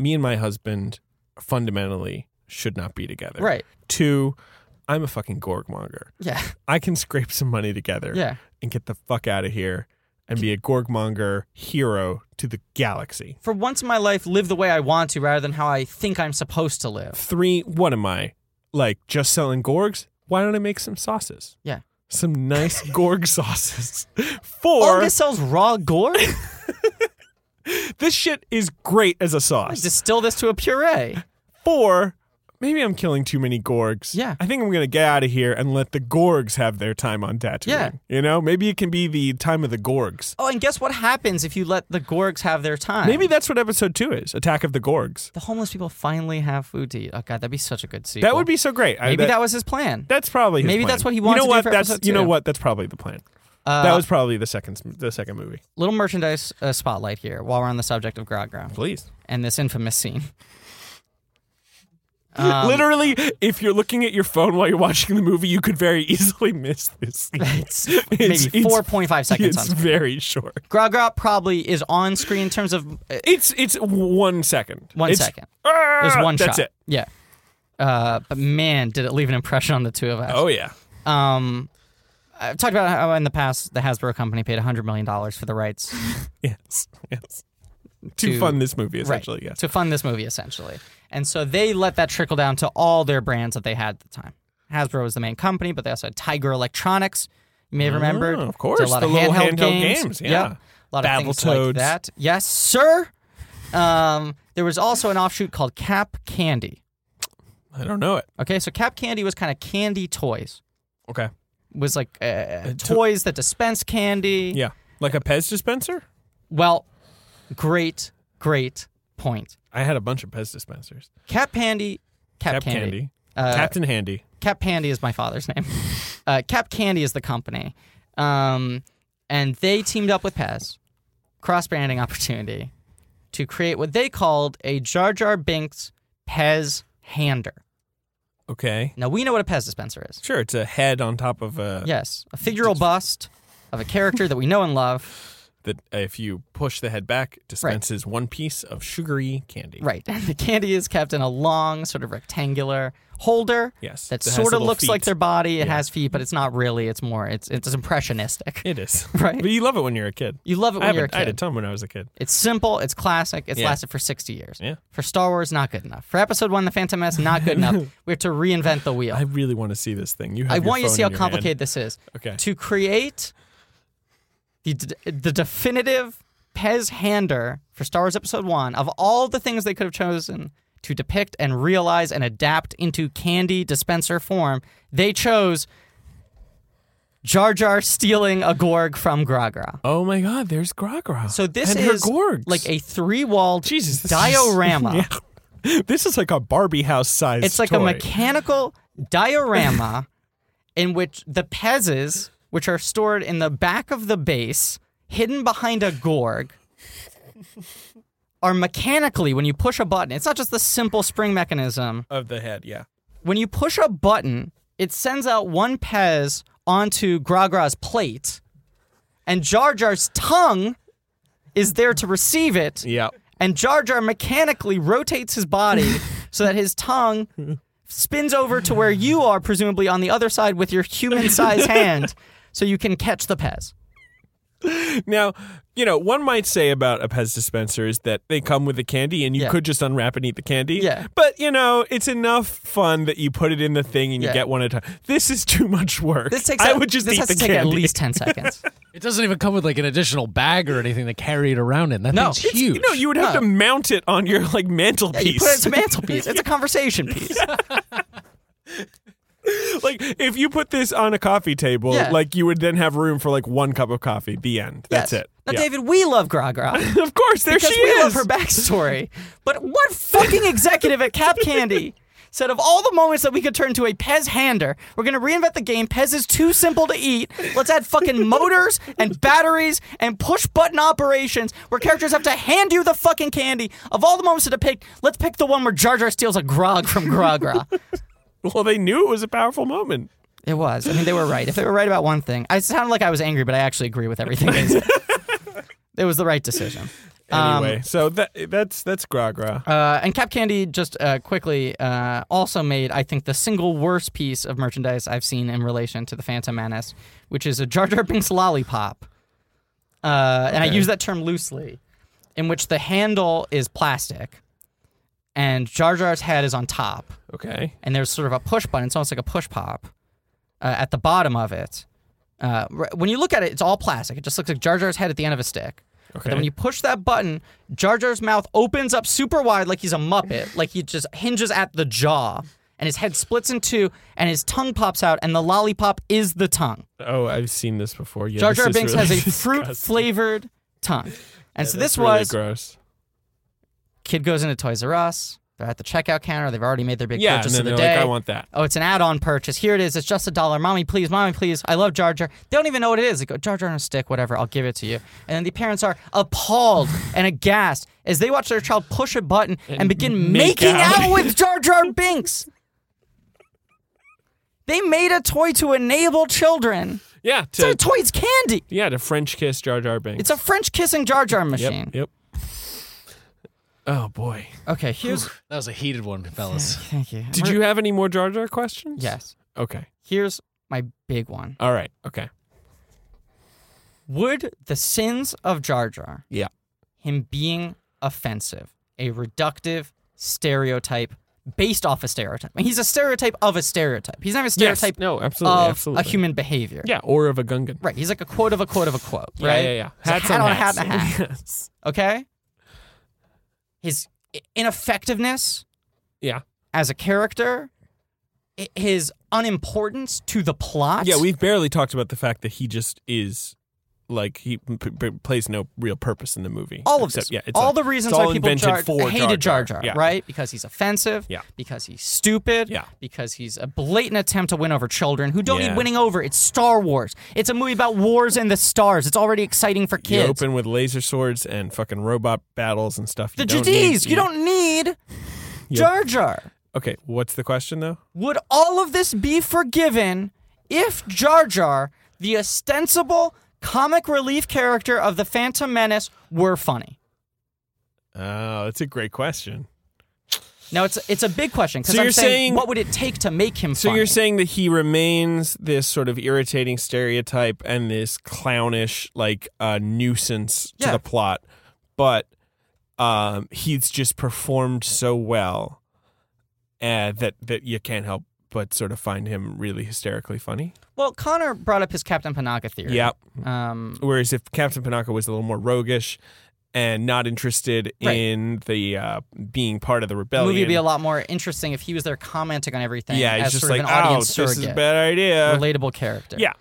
Speaker 2: me and my husband fundamentally should not be together.
Speaker 1: Right.
Speaker 2: Two, I'm a fucking gorgmonger.
Speaker 1: Yeah.
Speaker 2: I can scrape some money together
Speaker 1: Yeah.
Speaker 2: and get the fuck out of here and be a gorgmonger hero to the galaxy.
Speaker 1: For once in my life, live the way I want to rather than how I think I'm supposed to live.
Speaker 2: Three, what am I? Like just selling gorgs? why don't I make some sauces?
Speaker 1: Yeah.
Speaker 2: Some nice Gorg sauces for
Speaker 1: Olga sells raw gore.
Speaker 2: this shit is great as a sauce.
Speaker 1: Distill this to a puree.
Speaker 2: For maybe I'm killing too many Gorgs.
Speaker 1: Yeah.
Speaker 2: I think I'm gonna get out of here and let the Gorgs have their time on Tatooine.
Speaker 1: Yeah.
Speaker 2: You know, maybe it can be the time of the Gorgs.
Speaker 1: Oh, and guess what happens if you let the Gorgs have their time?
Speaker 2: Maybe that's what episode two is: Attack of the Gorgs.
Speaker 1: the homeless people finally have food to eat. Oh god, that'd be such a good sequel.
Speaker 2: That would be so great. I-
Speaker 1: Maybe that, was his plan.
Speaker 2: That's probably his
Speaker 1: Maybe
Speaker 2: plan.
Speaker 1: that's what he
Speaker 2: You
Speaker 1: wants
Speaker 2: know
Speaker 1: to do
Speaker 2: what?
Speaker 1: for
Speaker 2: That's
Speaker 1: episode
Speaker 2: you know
Speaker 1: two.
Speaker 2: what? That's probably the plan.
Speaker 1: Uh,
Speaker 2: that was probably the second the second movie.
Speaker 1: little merchandise uh, spotlight here while we're on the subject of Grogra
Speaker 2: Please.
Speaker 1: and this infamous scene.
Speaker 2: Um, Literally, if you're looking at your phone while you're watching the movie, you could very easily miss this. Scene.
Speaker 1: It's
Speaker 2: It's-
Speaker 1: maybe
Speaker 2: it's-
Speaker 1: four point five seconds on
Speaker 2: It's
Speaker 1: screen.
Speaker 2: very short.
Speaker 1: Grogra probably is on screen in terms of uh,
Speaker 2: It's it's one second.
Speaker 1: One
Speaker 2: It's-
Speaker 1: second.
Speaker 2: Ah,
Speaker 1: there's one
Speaker 2: That's
Speaker 1: shot.
Speaker 2: it.
Speaker 1: Yeah. Uh, but man, did it leave an impression on the two of us.
Speaker 2: Oh yeah.
Speaker 1: Um, I've talked about how in the past the Hasbro company paid $100 million for the rights
Speaker 2: Yes. Yes. To,
Speaker 1: To-
Speaker 2: fund this movie, essentially. Yes.
Speaker 1: to fund this movie, essentially. And so they let that trickle down to all their brands that they had at the time. Hasbro was the main company, but they also had Tiger Electronics. You may have remembered.
Speaker 2: Ah, of
Speaker 1: Did
Speaker 2: course,
Speaker 1: A lot
Speaker 2: the
Speaker 1: of
Speaker 2: little
Speaker 1: handheld,
Speaker 2: handheld
Speaker 1: games.
Speaker 2: games, yeah.
Speaker 1: Yep. A lot of things like
Speaker 2: Battletoads.
Speaker 1: that. Yes, sir. Um, there was also an offshoot called Cap Candy.
Speaker 2: I don't know it.
Speaker 1: Okay, so Cap Candy was kind of candy toys.
Speaker 2: Okay.
Speaker 1: was like uh, toys that dispense candy.
Speaker 2: Yeah. Like a Pez dispenser.
Speaker 1: Well, great, great point.
Speaker 2: I had a bunch of Pez dispensers.
Speaker 1: Cap Pandy, Cap,
Speaker 2: Cap
Speaker 1: Candy.
Speaker 2: Candy.
Speaker 1: Uh,
Speaker 2: Captain Handy.
Speaker 1: Cap Pandy is my father's name. uh, Cap Candy is the company, um, and they teamed up with Pez, cross branding opportunity, to create what they called a Jar Jar Binks Pez hander.
Speaker 2: Okay.
Speaker 1: Now we know what a Pez dispenser is.
Speaker 2: Sure, it's a head on top of uh, a
Speaker 1: Yes, a figural bust of a character that we know and love.
Speaker 2: that if you push the head back dispenses one piece of sugary candy.
Speaker 1: Right. And the candy is kept in a long, sort of rectangular holder.
Speaker 2: Yes,
Speaker 1: That
Speaker 2: that has
Speaker 1: sort of
Speaker 2: little
Speaker 1: looks like
Speaker 2: feet.
Speaker 1: their body. It has feet, but it's not really. It's more. It's it's impressionistic.
Speaker 2: It is.
Speaker 1: Right.
Speaker 2: But you love it when you're a kid.
Speaker 1: You love it
Speaker 2: I,
Speaker 1: when
Speaker 2: have
Speaker 1: you're
Speaker 2: a-
Speaker 1: a
Speaker 2: I had a
Speaker 1: kid.
Speaker 2: ton when I was a kid.
Speaker 1: it's simple. It's classic. It's
Speaker 2: Yeah.
Speaker 1: lasted for sixty years.
Speaker 2: Yeah.
Speaker 1: For Star Wars, not good enough. For Episode One, The Phantom Menace, not good enough. We have to reinvent the wheel.
Speaker 2: I really want to see this thing. You have
Speaker 1: Oh. I
Speaker 2: your
Speaker 1: want you to
Speaker 2: phone
Speaker 1: see how
Speaker 2: in your hand.
Speaker 1: complicated this is.
Speaker 2: Okay.
Speaker 1: To create the d- the definitive Pez Hander for Star Wars Episode One of all the things they could have chosen to depict and realize and adapt into candy dispenser form, they chose Jar Jar stealing a Gorg from Gragra.
Speaker 2: Oh my god, there's Gragra.
Speaker 1: So this
Speaker 2: and her
Speaker 1: is
Speaker 2: gorgs.
Speaker 1: like a three-walled
Speaker 2: Jesus this is-
Speaker 1: diorama.
Speaker 2: Yeah. This is like a Barbie house size.
Speaker 1: It's like a
Speaker 2: toy.
Speaker 1: mechanical diorama in which the pezzes, which are stored in the back of the base, hidden behind a gorg, are mechanically, when you push a button, it's not just the simple spring mechanism.
Speaker 2: of the head, yeah.
Speaker 1: When you push a button, it sends out one pez onto Gragra's plate, and Jar Jar's tongue is there to receive it
Speaker 2: Yeah.
Speaker 1: and Jar Jar mechanically rotates his body so that his tongue spins over to where you are, presumably on the other side with your human-sized hand, so you can catch the Pez.
Speaker 2: Now, you know, one might say about a Pez dispenser is that they come with the candy and you
Speaker 1: Yeah.
Speaker 2: could just unwrap and eat the candy.
Speaker 1: Yeah.
Speaker 2: But, you know, it's enough fun that you put it in the thing and you
Speaker 1: Yeah.
Speaker 2: get one at a time. This is too much work.
Speaker 1: This takes.
Speaker 2: I
Speaker 1: out-
Speaker 2: would just
Speaker 1: this
Speaker 2: eat
Speaker 1: has
Speaker 2: the
Speaker 1: to take
Speaker 2: candy.
Speaker 1: at least ten seconds.
Speaker 3: It doesn't even come with like an additional bag or anything to carry it around in. That
Speaker 1: No,
Speaker 3: thing's
Speaker 1: it's-
Speaker 3: huge.
Speaker 2: You know, you would have
Speaker 1: No.
Speaker 2: to mount it on your like mantelpiece.
Speaker 1: You put it as a mantelpiece. It's a conversation piece.
Speaker 2: like if you put this on a coffee table,
Speaker 1: Yeah.
Speaker 2: like you would then have room for like one cup of coffee. The end. That's
Speaker 1: Yes.
Speaker 2: it.
Speaker 1: Now,
Speaker 2: Yeah.
Speaker 1: David, we love Gra Gra
Speaker 2: of course, there
Speaker 1: because
Speaker 2: she
Speaker 1: we
Speaker 2: is.
Speaker 1: love her backstory. But what fucking executive at Cap Candy? Said of all the moments that we could turn to a Pez hander, we're gonna reinvent the game. Pez is too simple to eat. Let's add fucking motors and batteries and push button operations where characters have to hand you the fucking candy. Of all the moments to depict, let's pick the one where Jar Jar steals a grog from Gragra.
Speaker 2: Well, they knew it was a powerful moment.
Speaker 1: It was. I mean, they were right. If they were right about one thing, I sounded like I was angry, but I actually agree with everything they said. it was the right decision. Um,
Speaker 2: Anyway, so that that's that's Gragra.
Speaker 1: Uh, and Cap Candy, just uh, quickly, uh, also made, I think, the single worst piece of merchandise I've seen in relation to the Phantom Menace, which is a Jar Jar Binks lollipop. Uh, And I use that term loosely, in which the handle is plastic and Jar Jar's head is on top.
Speaker 2: Okay.
Speaker 1: And there's sort of a push button. It's almost like a push pop uh, at the bottom of it. Uh, r- when you look at it, it's all plastic. It just looks like Jar Jar's head at the end of a stick. But
Speaker 2: Okay.
Speaker 1: then when you push that button, Jar Jar's mouth opens up super wide like he's a Muppet, like he just hinges at the jaw, and his head splits in two, and his tongue pops out, and the lollipop is the tongue.
Speaker 2: Oh, I've seen this before. Yeah,
Speaker 1: Jar
Speaker 2: this
Speaker 1: Jar
Speaker 2: is
Speaker 1: Binks
Speaker 2: really
Speaker 1: has a fruit
Speaker 2: disgusting.
Speaker 1: flavored tongue. And so this
Speaker 2: That's really
Speaker 1: was
Speaker 2: gross.
Speaker 1: kid goes into Toys R Us. They're at the checkout counter. They've already made their big
Speaker 2: Yeah, and
Speaker 1: purchase
Speaker 2: then they're
Speaker 1: of the day.
Speaker 2: like, I want that.
Speaker 1: oh, it's an add-on purchase. Here it is. It's just a dollar. Mommy, please. Mommy, please. I love Jar Jar. They don't even know what it is. They go Jar Jar on a stick. Whatever. I'll give it to you. And then the parents are appalled and aghast as they watch their child push a button and, begin
Speaker 2: make
Speaker 1: making
Speaker 2: out.
Speaker 1: out with Jar Jar Binks. They made a toy to enable children.
Speaker 2: Yeah,
Speaker 1: It's not
Speaker 2: to
Speaker 1: a toy. It's candy.
Speaker 2: yeah to French kiss Jar Jar Binks.
Speaker 1: It's a French kissing Jar Jar machine.
Speaker 2: yep, yep. Oh boy,
Speaker 1: Okay. Here's.
Speaker 3: That was a heated one, fellas.
Speaker 1: Thank you.
Speaker 2: did
Speaker 1: We're-
Speaker 2: you have any more Jar Jar questions?
Speaker 1: Yes.
Speaker 2: Okay.
Speaker 1: Here's my big one.
Speaker 2: All right. Okay.
Speaker 1: Would the sins of Jar Jar,
Speaker 2: Yeah.
Speaker 1: him being offensive, a reductive stereotype based off a stereotype? I mean, he's a stereotype of a stereotype. He's not a stereotype
Speaker 2: Yes. No. Absolutely.
Speaker 1: of
Speaker 2: absolutely.
Speaker 1: a human behavior.
Speaker 2: Yeah, or of a Gungan.
Speaker 1: Right. He's like a quote of a quote of a quote.
Speaker 2: Yeah,
Speaker 1: right.
Speaker 2: yeah, yeah.
Speaker 1: He's a
Speaker 2: Hats
Speaker 1: hat
Speaker 2: on
Speaker 1: on a hat
Speaker 2: hats.
Speaker 1: and a hat.
Speaker 2: Yes.
Speaker 1: Okay. His i- ineffectiveness
Speaker 2: Yeah.
Speaker 1: as a character, i- his unimportance to the plot.
Speaker 2: Yeah, we've barely talked about the fact that he just is like he p- p- plays no real purpose in the movie.
Speaker 1: all of
Speaker 2: Except-
Speaker 1: this.
Speaker 2: Yeah, it's
Speaker 1: all
Speaker 2: like-
Speaker 1: the reasons
Speaker 2: it's all
Speaker 1: why people Jar-
Speaker 2: invented for
Speaker 1: hated Jar Jar,
Speaker 2: Yeah.
Speaker 1: right? Because he's offensive,
Speaker 2: Yeah.
Speaker 1: because he's stupid,
Speaker 2: Yeah.
Speaker 1: because he's a blatant attempt to win over children who don't
Speaker 2: Yeah.
Speaker 1: need winning over. It's Star Wars. It's a movie about wars and the stars. It's already exciting for
Speaker 2: You
Speaker 1: kids.
Speaker 2: open with laser swords and fucking robot battles and stuff.
Speaker 1: the
Speaker 2: you don't need-
Speaker 1: Jedi's. You don't need Jar Jar.
Speaker 2: Okay, what's the question though?
Speaker 1: Would all of this be forgiven if Jar Jar, the ostensible comic relief character of the Phantom Menace, were funny?
Speaker 2: Oh, that's a great question.
Speaker 1: Now it's it's a big question because
Speaker 2: So
Speaker 1: I'm
Speaker 2: you're saying-
Speaker 1: what would it take to make him
Speaker 2: So
Speaker 1: funny?
Speaker 2: you're saying that he remains this sort of irritating stereotype and this clownish like uh, nuisance to
Speaker 1: Yeah.
Speaker 2: the plot, but um, he's just performed so well uh, that that you can't help but sort of find him really hysterically funny.
Speaker 1: Well, Connor brought up his Captain Panaka theory.
Speaker 2: Yeah.
Speaker 1: Um,
Speaker 2: Whereas if Captain Panaka was a little more roguish and not interested
Speaker 1: Right.
Speaker 2: in the uh, being part of the
Speaker 1: the
Speaker 2: rebellion,
Speaker 1: movie would be a lot more interesting if he was there commenting on everything
Speaker 2: Oh, yeah,
Speaker 1: as
Speaker 2: he's just
Speaker 1: sort
Speaker 2: like,
Speaker 1: of an
Speaker 2: oh,
Speaker 1: audience
Speaker 2: this is a
Speaker 1: surrogate,
Speaker 2: bad idea.
Speaker 1: relatable character.
Speaker 2: Yeah,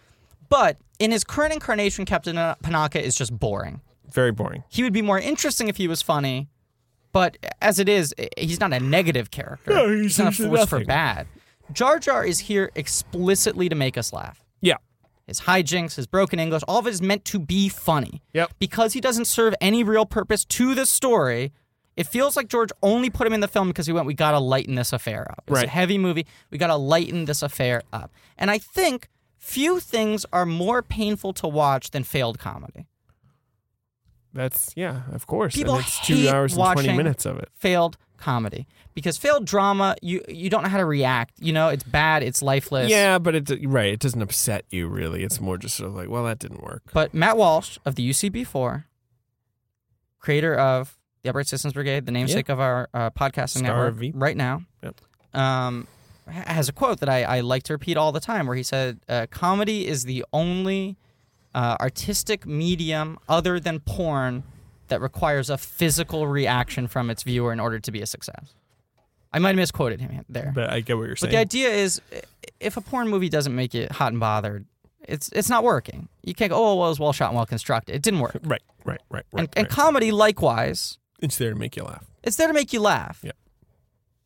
Speaker 1: But in his current incarnation, Captain Panaka is just boring.
Speaker 2: very boring.
Speaker 1: He would be more interesting if he was funny, but as it is, i- he's not a negative character.
Speaker 2: No, he's
Speaker 1: not a
Speaker 2: usually
Speaker 1: force for
Speaker 2: nothing.
Speaker 1: bad. Jar Jar is here explicitly to make us laugh.
Speaker 2: Yeah.
Speaker 1: his hijinks, his broken English, all of it is meant to be funny.
Speaker 2: Yep.
Speaker 1: Because he doesn't serve any real purpose to the story, it feels like George only put him in the film because he went, we gotta lighten this affair up. It's
Speaker 2: Right.
Speaker 1: a heavy movie. We gotta lighten this affair up. And I think few things are more painful to watch than failed comedy.
Speaker 2: That's yeah, of course.
Speaker 1: People
Speaker 2: and it's two
Speaker 1: hate
Speaker 2: hours and
Speaker 1: watching
Speaker 2: twenty minutes of it.
Speaker 1: Failed comedy. Because failed drama, you you don't know how to react. You know, it's bad, it's lifeless.
Speaker 2: Yeah, but it right, it doesn't upset you really. It's more just sort of like, well, that didn't work.
Speaker 1: But Matt Walsh of the UCB4, creator of the Upright Systems Brigade, the namesake of our uh, podcasting
Speaker 2: Star
Speaker 1: network,
Speaker 2: of Veep.
Speaker 1: right now,
Speaker 2: Yep.
Speaker 1: um, ha- has a quote that I, I like to repeat all the time where he said, uh, Comedy is the only uh, artistic medium other than porn that requires a physical reaction from its viewer in order to be a success. I might have misquoted him there.
Speaker 2: But I get what you're
Speaker 1: But
Speaker 2: saying.
Speaker 1: the idea is, i- if a porn movie doesn't make you hot and bothered, it's it's not working. You can't go, oh, well, it was well shot and well constructed. It didn't work.
Speaker 2: right, right, right, right.
Speaker 1: and, and
Speaker 2: right.
Speaker 1: comedy, likewise,
Speaker 2: it's there to make you laugh.
Speaker 1: it's there to make you laugh.
Speaker 2: Yep.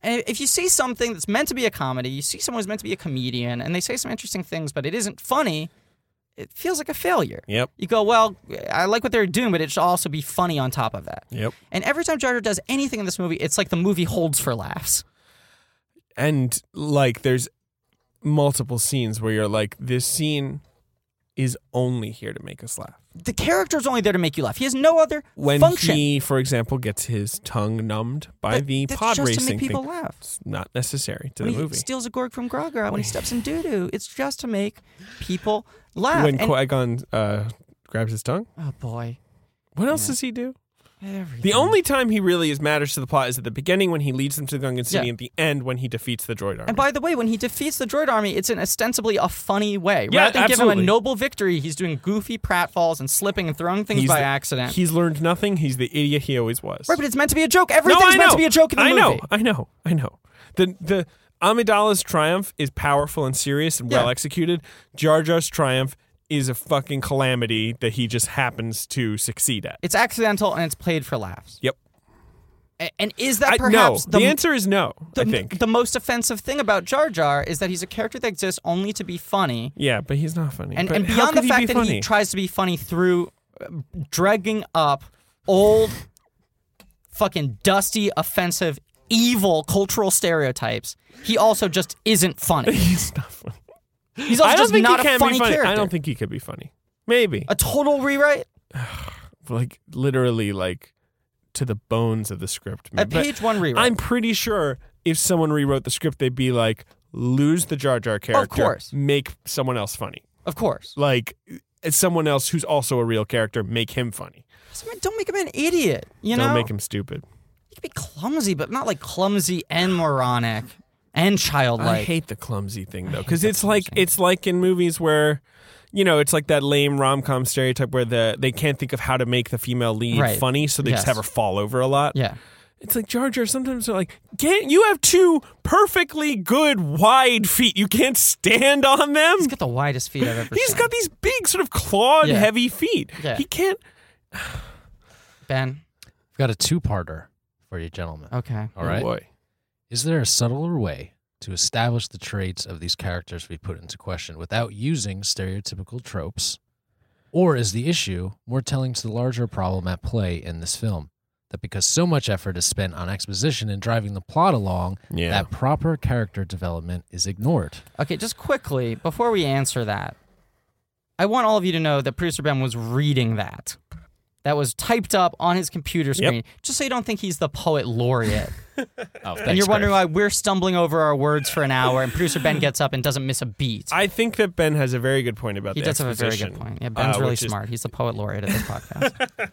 Speaker 1: And if you see something that's meant to be a comedy, you see someone who's meant to be a comedian, and they say some interesting things, but it isn't funny, it feels like a failure.
Speaker 2: Yep.
Speaker 1: You go, well, I like what they're doing, but it should also be funny on top of that.
Speaker 2: Yep.
Speaker 1: And every time Jar Jar does anything in this movie, it's like the movie holds for laughs.
Speaker 2: And like there's multiple scenes where you're like, this scene is only here to make us laugh.
Speaker 1: The character's only there to make you laugh. He has no other
Speaker 2: When
Speaker 1: function.
Speaker 2: he, for example, gets his tongue numbed by
Speaker 1: But
Speaker 2: the
Speaker 1: that's
Speaker 2: pod
Speaker 1: just to
Speaker 2: racing
Speaker 1: make people
Speaker 2: thing,
Speaker 1: laugh.
Speaker 2: it's not necessary to
Speaker 1: When
Speaker 2: the
Speaker 1: he
Speaker 2: movie.
Speaker 1: steals a gorg from Gragra when he steps in doo doo, it's just to make people laugh.
Speaker 2: when
Speaker 1: And-
Speaker 2: Qui Gon uh, grabs his tongue,
Speaker 1: oh boy,
Speaker 2: what else does he do?
Speaker 1: Everything.
Speaker 2: The only time he really is matters to the plot is at the beginning when he leads them to the Gungan City,
Speaker 1: Yeah.
Speaker 2: and at the end when he defeats the droid army.
Speaker 1: And by the way, when he defeats the droid army, it's in ostensibly a funny way.
Speaker 2: Yeah,
Speaker 1: Rather than give him
Speaker 2: absolutely.
Speaker 1: a noble victory, he's doing goofy pratfalls and slipping and throwing things
Speaker 2: He's
Speaker 1: by
Speaker 2: the-
Speaker 1: accident.
Speaker 2: He's learned nothing. He's the idiot he always was.
Speaker 1: right, but it's meant to be a joke.
Speaker 2: no, I
Speaker 1: Everything's
Speaker 2: know.
Speaker 1: meant to be a joke in the
Speaker 2: I
Speaker 1: movie.
Speaker 2: know. I know. I know. The the Amidala's triumph is powerful and serious and
Speaker 1: Yeah.
Speaker 2: well executed. Jar Jar's triumph is a fucking calamity that he just happens to succeed at.
Speaker 1: It's accidental and it's played for laughs.
Speaker 2: Yep.
Speaker 1: A- And is
Speaker 2: I,
Speaker 1: that
Speaker 2: no.
Speaker 1: perhaps
Speaker 2: The,
Speaker 1: the,
Speaker 2: answer is no.
Speaker 1: the,
Speaker 2: I think.
Speaker 1: the most offensive thing about Jar Jar is that he's a character that exists only to be funny.
Speaker 2: yeah, but he's not funny.
Speaker 1: And,
Speaker 2: But
Speaker 1: and
Speaker 2: how
Speaker 1: beyond the
Speaker 2: could he
Speaker 1: fact
Speaker 2: be
Speaker 1: that
Speaker 2: funny?
Speaker 1: he tries to be funny through uh, dragging up old, fucking dusty, offensive, evil cultural stereotypes, he also just isn't funny.
Speaker 2: he's not funny.
Speaker 1: He's also
Speaker 2: I don't
Speaker 1: just
Speaker 2: think
Speaker 1: not
Speaker 2: he
Speaker 1: a
Speaker 2: can
Speaker 1: funny,
Speaker 2: be funny.
Speaker 1: character.
Speaker 2: I don't think he could be funny. Maybe
Speaker 1: a total rewrite.
Speaker 2: like literally like to the bones of the script.
Speaker 1: A
Speaker 2: But-
Speaker 1: page one rewrite.
Speaker 2: I'm pretty sure if someone rewrote the script, they'd be like, lose the Jar Jar character,
Speaker 1: course.
Speaker 2: make someone else funny.
Speaker 1: of course.
Speaker 2: Like it's someone else who's also a real character, make him funny.
Speaker 1: So, man, Don't make him an idiot. You
Speaker 2: Don't
Speaker 1: know,
Speaker 2: make him stupid.
Speaker 1: he can be clumsy, but not like clumsy and moronic and childlike.
Speaker 2: I hate the clumsy thing though, because it's like it's like in movies where. You know, it's like that lame rom com stereotype where the they can't think of how to make the female lead
Speaker 1: Right.
Speaker 2: funny, so they just
Speaker 1: Yes.
Speaker 2: have her fall over a lot.
Speaker 1: yeah.
Speaker 2: It's like Jar Jar. Sometimes they're like, "Can't you have two perfectly good wide feet? You can't stand on them."
Speaker 1: He's got the widest feet I've ever
Speaker 2: He's
Speaker 1: seen.
Speaker 2: got these big, sort of clawed,
Speaker 1: Yeah.
Speaker 2: heavy feet.
Speaker 1: Yeah.
Speaker 2: He can't.
Speaker 1: ben.
Speaker 3: I've got a two-parter for you, gentlemen.
Speaker 1: Okay.
Speaker 3: All right.
Speaker 2: boy.
Speaker 3: Is there a subtler way to establish the traits of these characters we put into question without using stereotypical tropes? Or is the issue more telling to the larger problem at play in this film? That because so much effort is spent on exposition and driving the plot along,
Speaker 2: Yeah.
Speaker 3: that proper character development is ignored.
Speaker 1: Okay, just quickly before we answer that, I want all of you to know that producer Ben was reading that. That was typed up on his computer screen, just so you don't think he's the poet laureate.
Speaker 3: Oh,
Speaker 1: and you're wondering why we're stumbling over our words for an hour, and producer Ben gets up and doesn't miss a beat.
Speaker 2: I think that Ben has a very good point about
Speaker 1: he
Speaker 2: the
Speaker 1: does have a very
Speaker 2: exposition,
Speaker 1: good point. Yeah, Ben's
Speaker 2: uh,
Speaker 1: really
Speaker 2: which is-
Speaker 1: smart. He's the poet laureate of this podcast.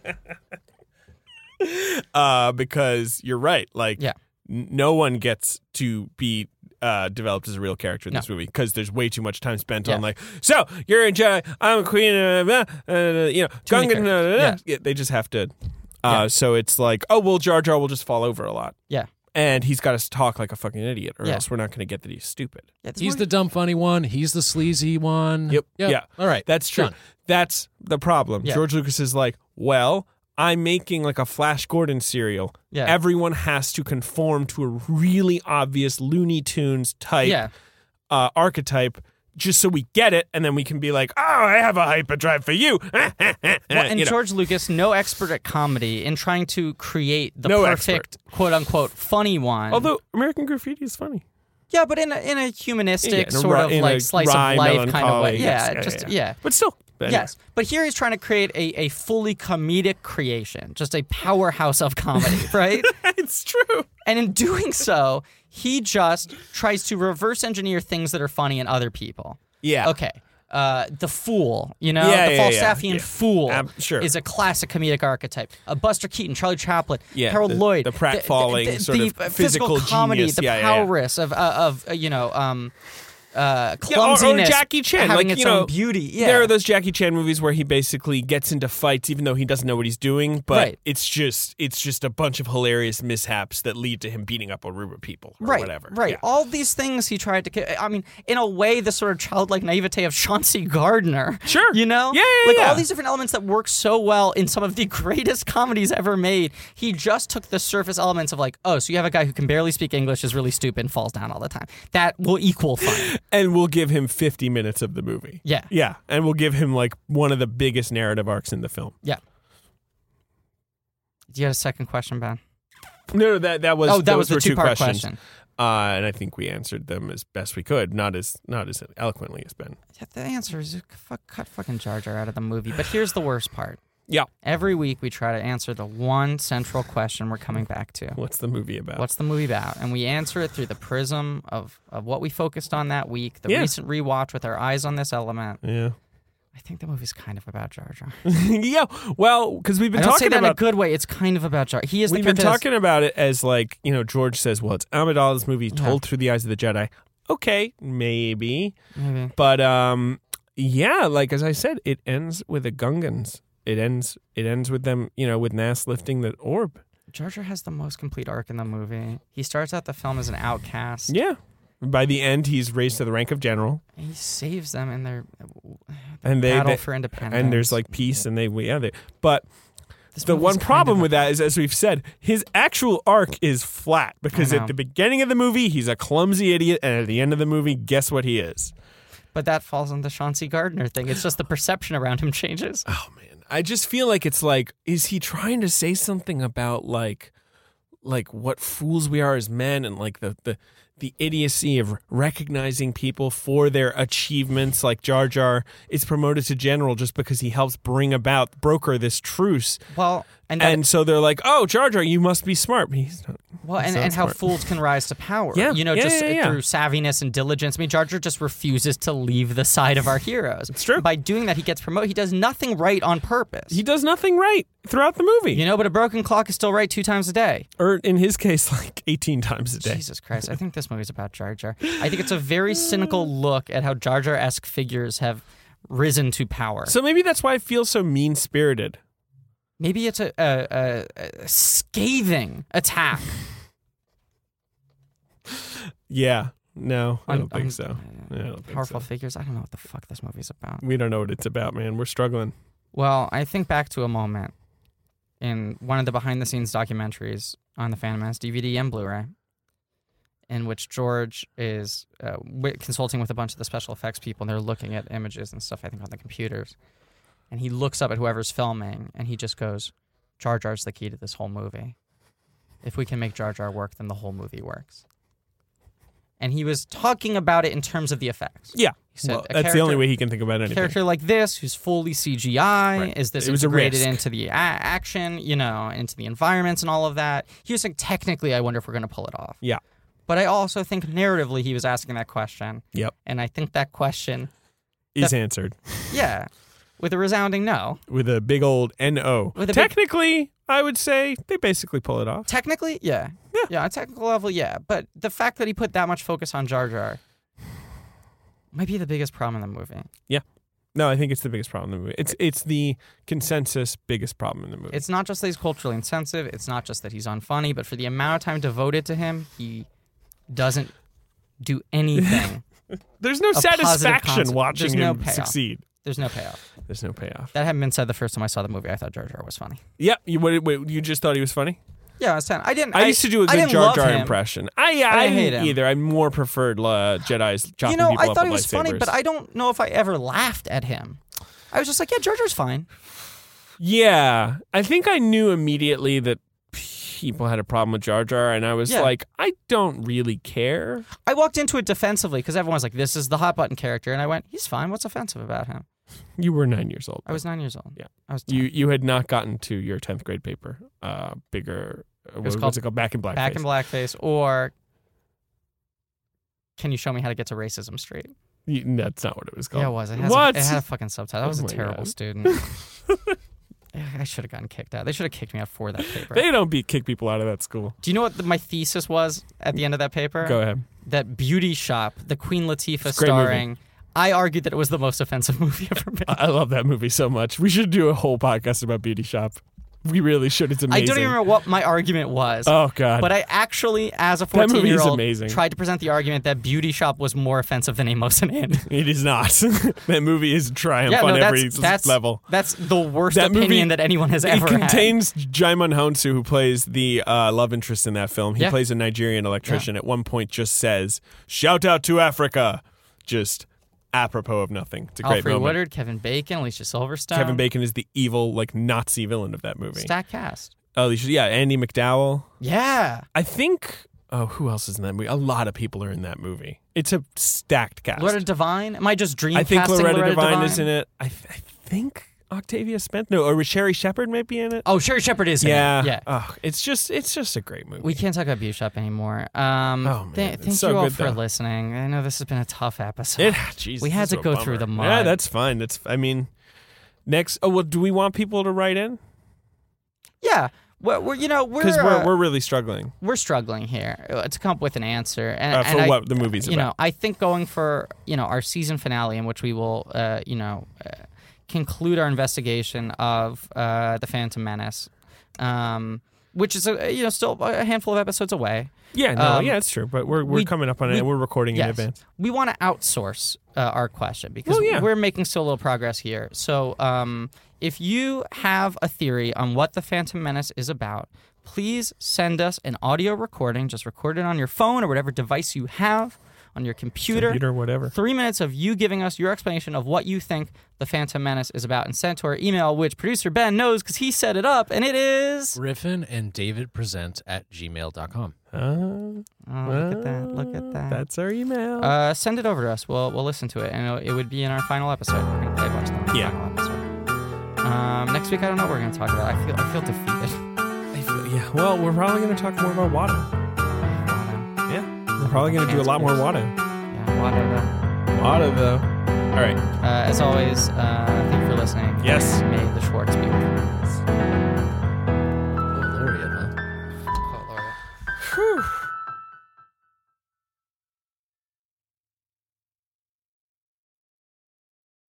Speaker 2: uh, because you're right. Like,
Speaker 1: Yeah.
Speaker 2: n- no one gets to be uh, developed as a real character in
Speaker 1: No.
Speaker 2: this movie because there's way too much time spent
Speaker 1: Yeah.
Speaker 2: on like, so you're a Jedi, I'm a queen, uh, uh, uh, you know,
Speaker 1: Too many
Speaker 2: Gungan, uh, uh, uh."
Speaker 1: characters.
Speaker 2: Yeah, they just have to. Uh, So it's like, oh, well, Jar Jar will just fall over a lot.
Speaker 1: Yeah.
Speaker 2: And he's got to talk like a fucking idiot, or
Speaker 1: Yeah.
Speaker 2: else we're not going to get that he's stupid.
Speaker 1: Yeah, this
Speaker 3: He's
Speaker 1: movie-
Speaker 3: the dumb funny one. He's the sleazy one.
Speaker 2: Yep. Yeah.
Speaker 3: All right.
Speaker 2: That's true.
Speaker 3: Done.
Speaker 2: That's the problem.
Speaker 1: Yeah.
Speaker 2: George Lucas is like, well, I'm making like a Flash Gordon serial.
Speaker 1: Yeah.
Speaker 2: Everyone has to conform to a really obvious Looney Tunes type
Speaker 1: yeah.
Speaker 2: uh, archetype just so we get it. And then we can be like, oh, I have a hyperdrive for you.
Speaker 1: Well, and
Speaker 2: You know.
Speaker 1: George Lucas, no expert at comedy, in trying to create the
Speaker 2: No
Speaker 1: perfect quote unquote funny one.
Speaker 2: Although American Graffiti is funny.
Speaker 1: Yeah, but in a, in a humanistic
Speaker 2: Yeah, in a
Speaker 1: sort
Speaker 2: ri-
Speaker 1: of
Speaker 2: in a
Speaker 1: like slice
Speaker 2: wry
Speaker 1: of life kind of
Speaker 2: melancholy,
Speaker 1: way.
Speaker 2: yes,
Speaker 1: Yeah,
Speaker 2: yeah,
Speaker 1: just
Speaker 2: yeah,
Speaker 1: yeah.
Speaker 2: yeah. But still. but anyway.
Speaker 1: Yes, but here he's trying to create a, a fully comedic creation, just a powerhouse of comedy, right?
Speaker 2: it's true.
Speaker 1: And in doing so, he just tries to reverse engineer things that are funny in other people.
Speaker 2: Yeah.
Speaker 1: Okay. Uh, the fool, you know,
Speaker 2: Yeah,
Speaker 1: the
Speaker 2: yeah, yeah,
Speaker 1: Falstaffian
Speaker 2: yeah.
Speaker 1: fool
Speaker 2: Ab- sure.
Speaker 1: is a classic comedic archetype. Uh, Buster Keaton, Charlie Chaplin,
Speaker 2: Yeah,
Speaker 1: Harold
Speaker 2: the-
Speaker 1: Lloyd,
Speaker 2: the pratfalling sort
Speaker 1: the
Speaker 2: of
Speaker 1: physical,
Speaker 2: physical
Speaker 1: comedy,
Speaker 2: genius.
Speaker 1: the
Speaker 2: Yeah, yeah, yeah.
Speaker 1: prowess of uh, of uh, you know um, uh,
Speaker 2: Yeah, or-
Speaker 1: clumsiness,
Speaker 2: or, Jackie Chan,
Speaker 1: having
Speaker 2: like
Speaker 1: its
Speaker 2: you know,
Speaker 1: own beauty. Yeah,
Speaker 2: There are those Jackie Chan movies where he basically gets into fights even though he doesn't know what he's doing, but
Speaker 1: Right.
Speaker 2: it's just it's just a bunch of hilarious mishaps that lead to him beating up a group of people or
Speaker 1: right,
Speaker 2: whatever.
Speaker 1: Right.
Speaker 2: Yeah.
Speaker 1: All these things he tried to. ca- I mean, in a way, the sort of childlike naivete of Chauncey Gardner.
Speaker 2: Sure.
Speaker 1: You know?
Speaker 2: Yeah, yeah,
Speaker 1: Like
Speaker 2: yeah.
Speaker 1: all these different elements that work so well in some of the greatest comedies ever made. He just took the surface elements of, like, oh, so you have a guy who can barely speak English, is really stupid, and falls down all the time. That will equal fun.
Speaker 2: And we'll give him 50 minutes of the movie.
Speaker 1: Yeah.
Speaker 2: Yeah, and we'll give him like one of the biggest narrative arcs in the film.
Speaker 1: yeah. Do you have a second question, Ben?
Speaker 2: No, no, that that was
Speaker 1: oh, that
Speaker 2: those
Speaker 1: was the
Speaker 2: were two
Speaker 1: two-part
Speaker 2: questions.
Speaker 1: question.
Speaker 2: Uh, and I think we answered them as best we could, not as not as eloquently as Ben.
Speaker 1: Yeah, the answer is uh, fuck, cut fucking Jar Jar out of the movie. But here's the worst part.
Speaker 2: Yeah.
Speaker 1: Every week we try to answer the one central question we're coming back to.
Speaker 2: What's the movie about?
Speaker 1: What's the movie about? And we answer it through the prism of, of what we focused on that week, the
Speaker 2: Yeah.
Speaker 1: recent rewatch with our eyes on this element.
Speaker 2: yeah.
Speaker 1: I think the movie's kind of about Jar Jar.
Speaker 2: yeah. Well, because we've
Speaker 1: I
Speaker 2: been
Speaker 1: don't say
Speaker 2: talking
Speaker 1: that in a
Speaker 2: about
Speaker 1: good way. It's kind of about Jar. He is
Speaker 2: we've
Speaker 1: the
Speaker 2: been
Speaker 1: protagonist.
Speaker 2: talking about it as like you know George says, well, it's Amidala's movie told through the eyes of the Jedi. Okay, maybe,
Speaker 1: Maybe.
Speaker 2: but um, yeah, like as I said, it ends with the Gungans. It ends. It ends with them. You know, with Nass lifting the orb.
Speaker 1: Jar Jar has the most complete arc in the movie. He starts out the film as an outcast.
Speaker 2: Yeah. By the end, he's raised to the rank of general,
Speaker 1: And he saves them in their
Speaker 2: and they,
Speaker 1: battle
Speaker 2: they
Speaker 1: for independence.
Speaker 2: and there's like peace, and they yeah. They, but
Speaker 1: This
Speaker 2: the
Speaker 1: movie's
Speaker 2: one
Speaker 1: kind
Speaker 2: problem
Speaker 1: of a-
Speaker 2: with that is, as we've said, his actual arc is flat because
Speaker 1: I know.
Speaker 2: at the beginning of the movie, he's a clumsy idiot, and at the end of the movie, guess what he is?
Speaker 1: But that falls on the Chauncey Gardner thing. It's just the perception around him changes.
Speaker 2: Oh man, I just feel like it's like, is he trying to say something about like, like what fools we are as men, and like the the the idiocy of recognizing people for their achievements? Like Jar Jar is promoted to general just because he helps bring about broker this truce,
Speaker 1: Well, and that,
Speaker 2: and so they're like, oh Jar Jar, you must be smart. But he's not.
Speaker 1: well, and,
Speaker 2: sounds
Speaker 1: and how
Speaker 2: smart.
Speaker 1: fools can rise to power.
Speaker 2: Yeah,
Speaker 1: you know,
Speaker 2: yeah,
Speaker 1: just
Speaker 2: yeah, yeah.
Speaker 1: through savviness and diligence. I mean, Jar Jar just refuses to leave the side of our heroes. It's
Speaker 2: true.
Speaker 1: By doing that, he gets promoted. He does nothing right on purpose.
Speaker 2: He does nothing right throughout the movie.
Speaker 1: you know, but a broken clock is still right two times a day.
Speaker 2: or in his case, like 18 times a day.
Speaker 1: Jesus Christ. I think this movie's about Jar Jar. I think it's a very cynical look at how Jar Jar esque figures have risen to power.
Speaker 2: So maybe that's why I feel so mean spirited.
Speaker 1: Maybe it's a, a, a, a scathing attack.
Speaker 2: Yeah. No, I
Speaker 1: on-
Speaker 2: don't think
Speaker 1: on,
Speaker 2: so.
Speaker 1: uh,
Speaker 2: I don't think
Speaker 1: powerful
Speaker 2: so.
Speaker 1: figures. I don't know what the fuck this movie's about.
Speaker 2: We don't know what it's about, man. We're struggling.
Speaker 1: Well, I think back to a moment in one of the behind the scenes documentaries on the Phantom Menace DVD and Blu ray, in which George is uh, wi- consulting with a bunch of the special effects people and they're looking at images and stuff, I think, on the computers. And he looks up at whoever's filming and he just goes, Jar Jar's the key to this whole movie. If we can make Jar Jar work, then the whole movie works. And he was talking about it in terms of the effects.
Speaker 2: Yeah.
Speaker 1: He said,
Speaker 2: Well,
Speaker 1: "A
Speaker 2: that's the only
Speaker 1: character-
Speaker 2: way he can think about anything.
Speaker 1: character like this who's fully CGI?
Speaker 2: Right.
Speaker 1: Is this
Speaker 2: It was a
Speaker 1: integrated
Speaker 2: risk.
Speaker 1: into the a- action, you know, into the environments and all of that? He was like, technically, I wonder if we're going to pull it off.
Speaker 2: Yeah.
Speaker 1: But I also think narratively he was asking that question.
Speaker 2: Yep.
Speaker 1: And I think that question,
Speaker 2: Is answered
Speaker 1: yeah, with a resounding no.
Speaker 2: with a big old N-O.
Speaker 1: With a big-
Speaker 2: Technically, I would say they basically pull it off.
Speaker 1: Technically, yeah.
Speaker 2: Yeah.
Speaker 1: on a technical level, yeah. But the fact that he put that much focus on Jar Jar might be the biggest problem in the movie.
Speaker 2: No, I think it's the biggest problem in the movie. It's it's the consensus biggest problem in the movie.
Speaker 1: It's not just that he's culturally insensitive. It's not just that he's unfunny. But for the amount of time devoted to him, he doesn't do anything.
Speaker 2: There's no
Speaker 1: positive
Speaker 2: satisfaction
Speaker 1: concept.
Speaker 2: watching
Speaker 1: There's
Speaker 2: him
Speaker 1: no payoff.
Speaker 2: succeed.
Speaker 1: There's no payoff.
Speaker 2: There's no payoff.
Speaker 1: That hadn't been said the first time I saw the movie. I thought Jar Jar was funny.
Speaker 2: Yep. You, wait, wait, you just thought he was funny?
Speaker 1: Yeah, I was ten. I didn't.
Speaker 2: I, used to do a
Speaker 1: I
Speaker 2: good
Speaker 1: didn't
Speaker 2: Jar
Speaker 1: love
Speaker 2: Jar
Speaker 1: him.
Speaker 2: impression. I, I,
Speaker 1: I hate
Speaker 2: didn't
Speaker 1: him.
Speaker 2: either. I more preferred uh, Jedi's chopping
Speaker 1: You know,
Speaker 2: people
Speaker 1: I
Speaker 2: up
Speaker 1: thought
Speaker 2: with
Speaker 1: he was funny,
Speaker 2: lightsabers.
Speaker 1: but I don't know if I ever laughed at him. I was just like, yeah, Jar Jar's fine.
Speaker 2: yeah, I think I knew immediately that people had a problem with Jar Jar, and I was
Speaker 1: Yeah.
Speaker 2: like, I don't really care.
Speaker 1: I walked into it defensively because everyone was like, this is the hot button character, and I went, he's fine. What's offensive about him?
Speaker 2: You were nine years old.
Speaker 1: I was nine years old.
Speaker 2: Yeah.
Speaker 1: I was 10.
Speaker 2: you you had not gotten to your tenth grade paper. Uh, bigger. uh,
Speaker 1: was
Speaker 2: what-
Speaker 1: called
Speaker 2: what's it called? Back in Black.
Speaker 1: back in blackface, or can you show me how to get to racism straight?
Speaker 2: That's not what it was called.
Speaker 1: Yeah, it was. It, has
Speaker 2: What?
Speaker 1: A, it had a fucking subtitle. I was
Speaker 2: Oh
Speaker 1: a
Speaker 2: my
Speaker 1: terrible
Speaker 2: God.
Speaker 1: student. Yeah, I should have gotten kicked out. They should have kicked me out for that paper.
Speaker 2: They don't be kick people out of that school.
Speaker 1: Do you know what the, my thesis was at the end of that paper?
Speaker 2: Go ahead.
Speaker 1: That Beauty Shop, the Queen Latifah
Speaker 2: It's a great movie.
Speaker 1: starring. I argued that it was the most offensive movie ever made.
Speaker 2: I I love that movie so much. We should do a whole podcast about Beauty Shop. We really should. It's
Speaker 1: I
Speaker 2: amazing.
Speaker 1: don't even remember what my argument was.
Speaker 2: Oh God.
Speaker 1: but I actually, as a
Speaker 2: That movie is
Speaker 1: 14 year old,
Speaker 2: amazing.
Speaker 1: tried to present the argument that Beauty Shop was more offensive than Amos and Anne.
Speaker 2: It is not. that movie is a triumph on every s- level.
Speaker 1: That's the worst
Speaker 2: That
Speaker 1: opinion
Speaker 2: movie-
Speaker 1: that anyone has ever
Speaker 2: it contains Jaimon Honsu, who plays the uh, love interest in that film. He
Speaker 1: Yeah.
Speaker 2: plays a Nigerian electrician. At one point, just says, "Shout out to Africa," just apropos of nothing. It's a
Speaker 1: had.
Speaker 2: great
Speaker 1: Alfred
Speaker 2: moment.
Speaker 1: Woodard, Kevin Bacon, Alicia Silverstone,
Speaker 2: Kevin Bacon is the evil, like Nazi villain of that movie.
Speaker 1: stack cast.
Speaker 2: Oh, Alicia, yeah, Andy McDowell.
Speaker 1: Yeah,
Speaker 2: I think. Oh, who else is in that movie? A lot of people are in that movie. It's a stacked cast.
Speaker 1: Loretta Devine. Am I just dream
Speaker 2: I think
Speaker 1: casting
Speaker 2: Loretta,
Speaker 1: Loretta
Speaker 2: Devine, is in it. I, th- I think Octavia Spence? No, or Sherry Shepard might be in it.
Speaker 1: Oh, Sherry Shepard is. in it.
Speaker 2: yeah,
Speaker 1: yeah.
Speaker 2: Oh, it's just it's just a great movie.
Speaker 1: We can't talk about Beauty Shop anymore. Um,
Speaker 2: Oh, man,
Speaker 1: th-
Speaker 2: it's
Speaker 1: thank
Speaker 2: so
Speaker 1: you all
Speaker 2: good,
Speaker 1: for
Speaker 2: though.
Speaker 1: listening. I know this has been a tough episode.
Speaker 2: It, Jesus,
Speaker 1: We had
Speaker 2: this
Speaker 1: to
Speaker 2: is a
Speaker 1: go through
Speaker 2: bummer.
Speaker 1: the mud.
Speaker 2: Yeah, that's fine. That's I mean, next. Oh well, do we want people to write in?
Speaker 1: yeah. We're, we're, you know, we're
Speaker 2: Because
Speaker 1: uh,
Speaker 2: we're,
Speaker 1: we're,
Speaker 2: we're really struggling
Speaker 1: struggling here uh, to come up with an answer. And,
Speaker 2: uh,
Speaker 1: and
Speaker 2: for
Speaker 1: I-
Speaker 2: what the movie's
Speaker 1: you
Speaker 2: about.
Speaker 1: know, I think going for you know our season finale, in which we will, uh, you know, uh, conclude our investigation of uh, the Phantom Menace, um, which is a, you know still a handful of episodes away.
Speaker 2: yeah, no,
Speaker 1: um,
Speaker 2: yeah, it's true. But we're we're
Speaker 1: we-
Speaker 2: coming up on it.
Speaker 1: we-
Speaker 2: and We're recording in
Speaker 1: yes.
Speaker 2: advance.
Speaker 1: We want to outsource uh, our question because
Speaker 2: Well, yeah.
Speaker 1: we're making so little progress here. So, um, if you have a theory on what the Phantom Menace is about, please send us an audio recording. Just record it on your phone or whatever device you have on your computer.
Speaker 2: Computer, whatever.
Speaker 1: Three minutes of you giving us your explanation of what you think the Phantom Menace is about and send to our email, which producer Ben knows because he set it up, and it is.
Speaker 3: Griffin and David present at gmail.com.
Speaker 2: Uh,
Speaker 1: Oh, look at that. Look at that.
Speaker 2: That's our email.
Speaker 1: Uh, send it over to us. We'll we'll listen to it, and it'll- it would be in our final episode. We're gonna play watch the
Speaker 2: Yeah.
Speaker 1: final episode. Um, next week, I don't know what we're gonna talk about. I feel I feel defeated.
Speaker 2: I feel- yeah. Well, we're probably going to talk more about water. Yeah, we're probably going to do a lot more water.
Speaker 1: Yeah, whatever.
Speaker 2: Water though. All right.
Speaker 1: Uh, as always, uh, thank you for listening.
Speaker 2: Yes.
Speaker 1: May the Schwartz be with you.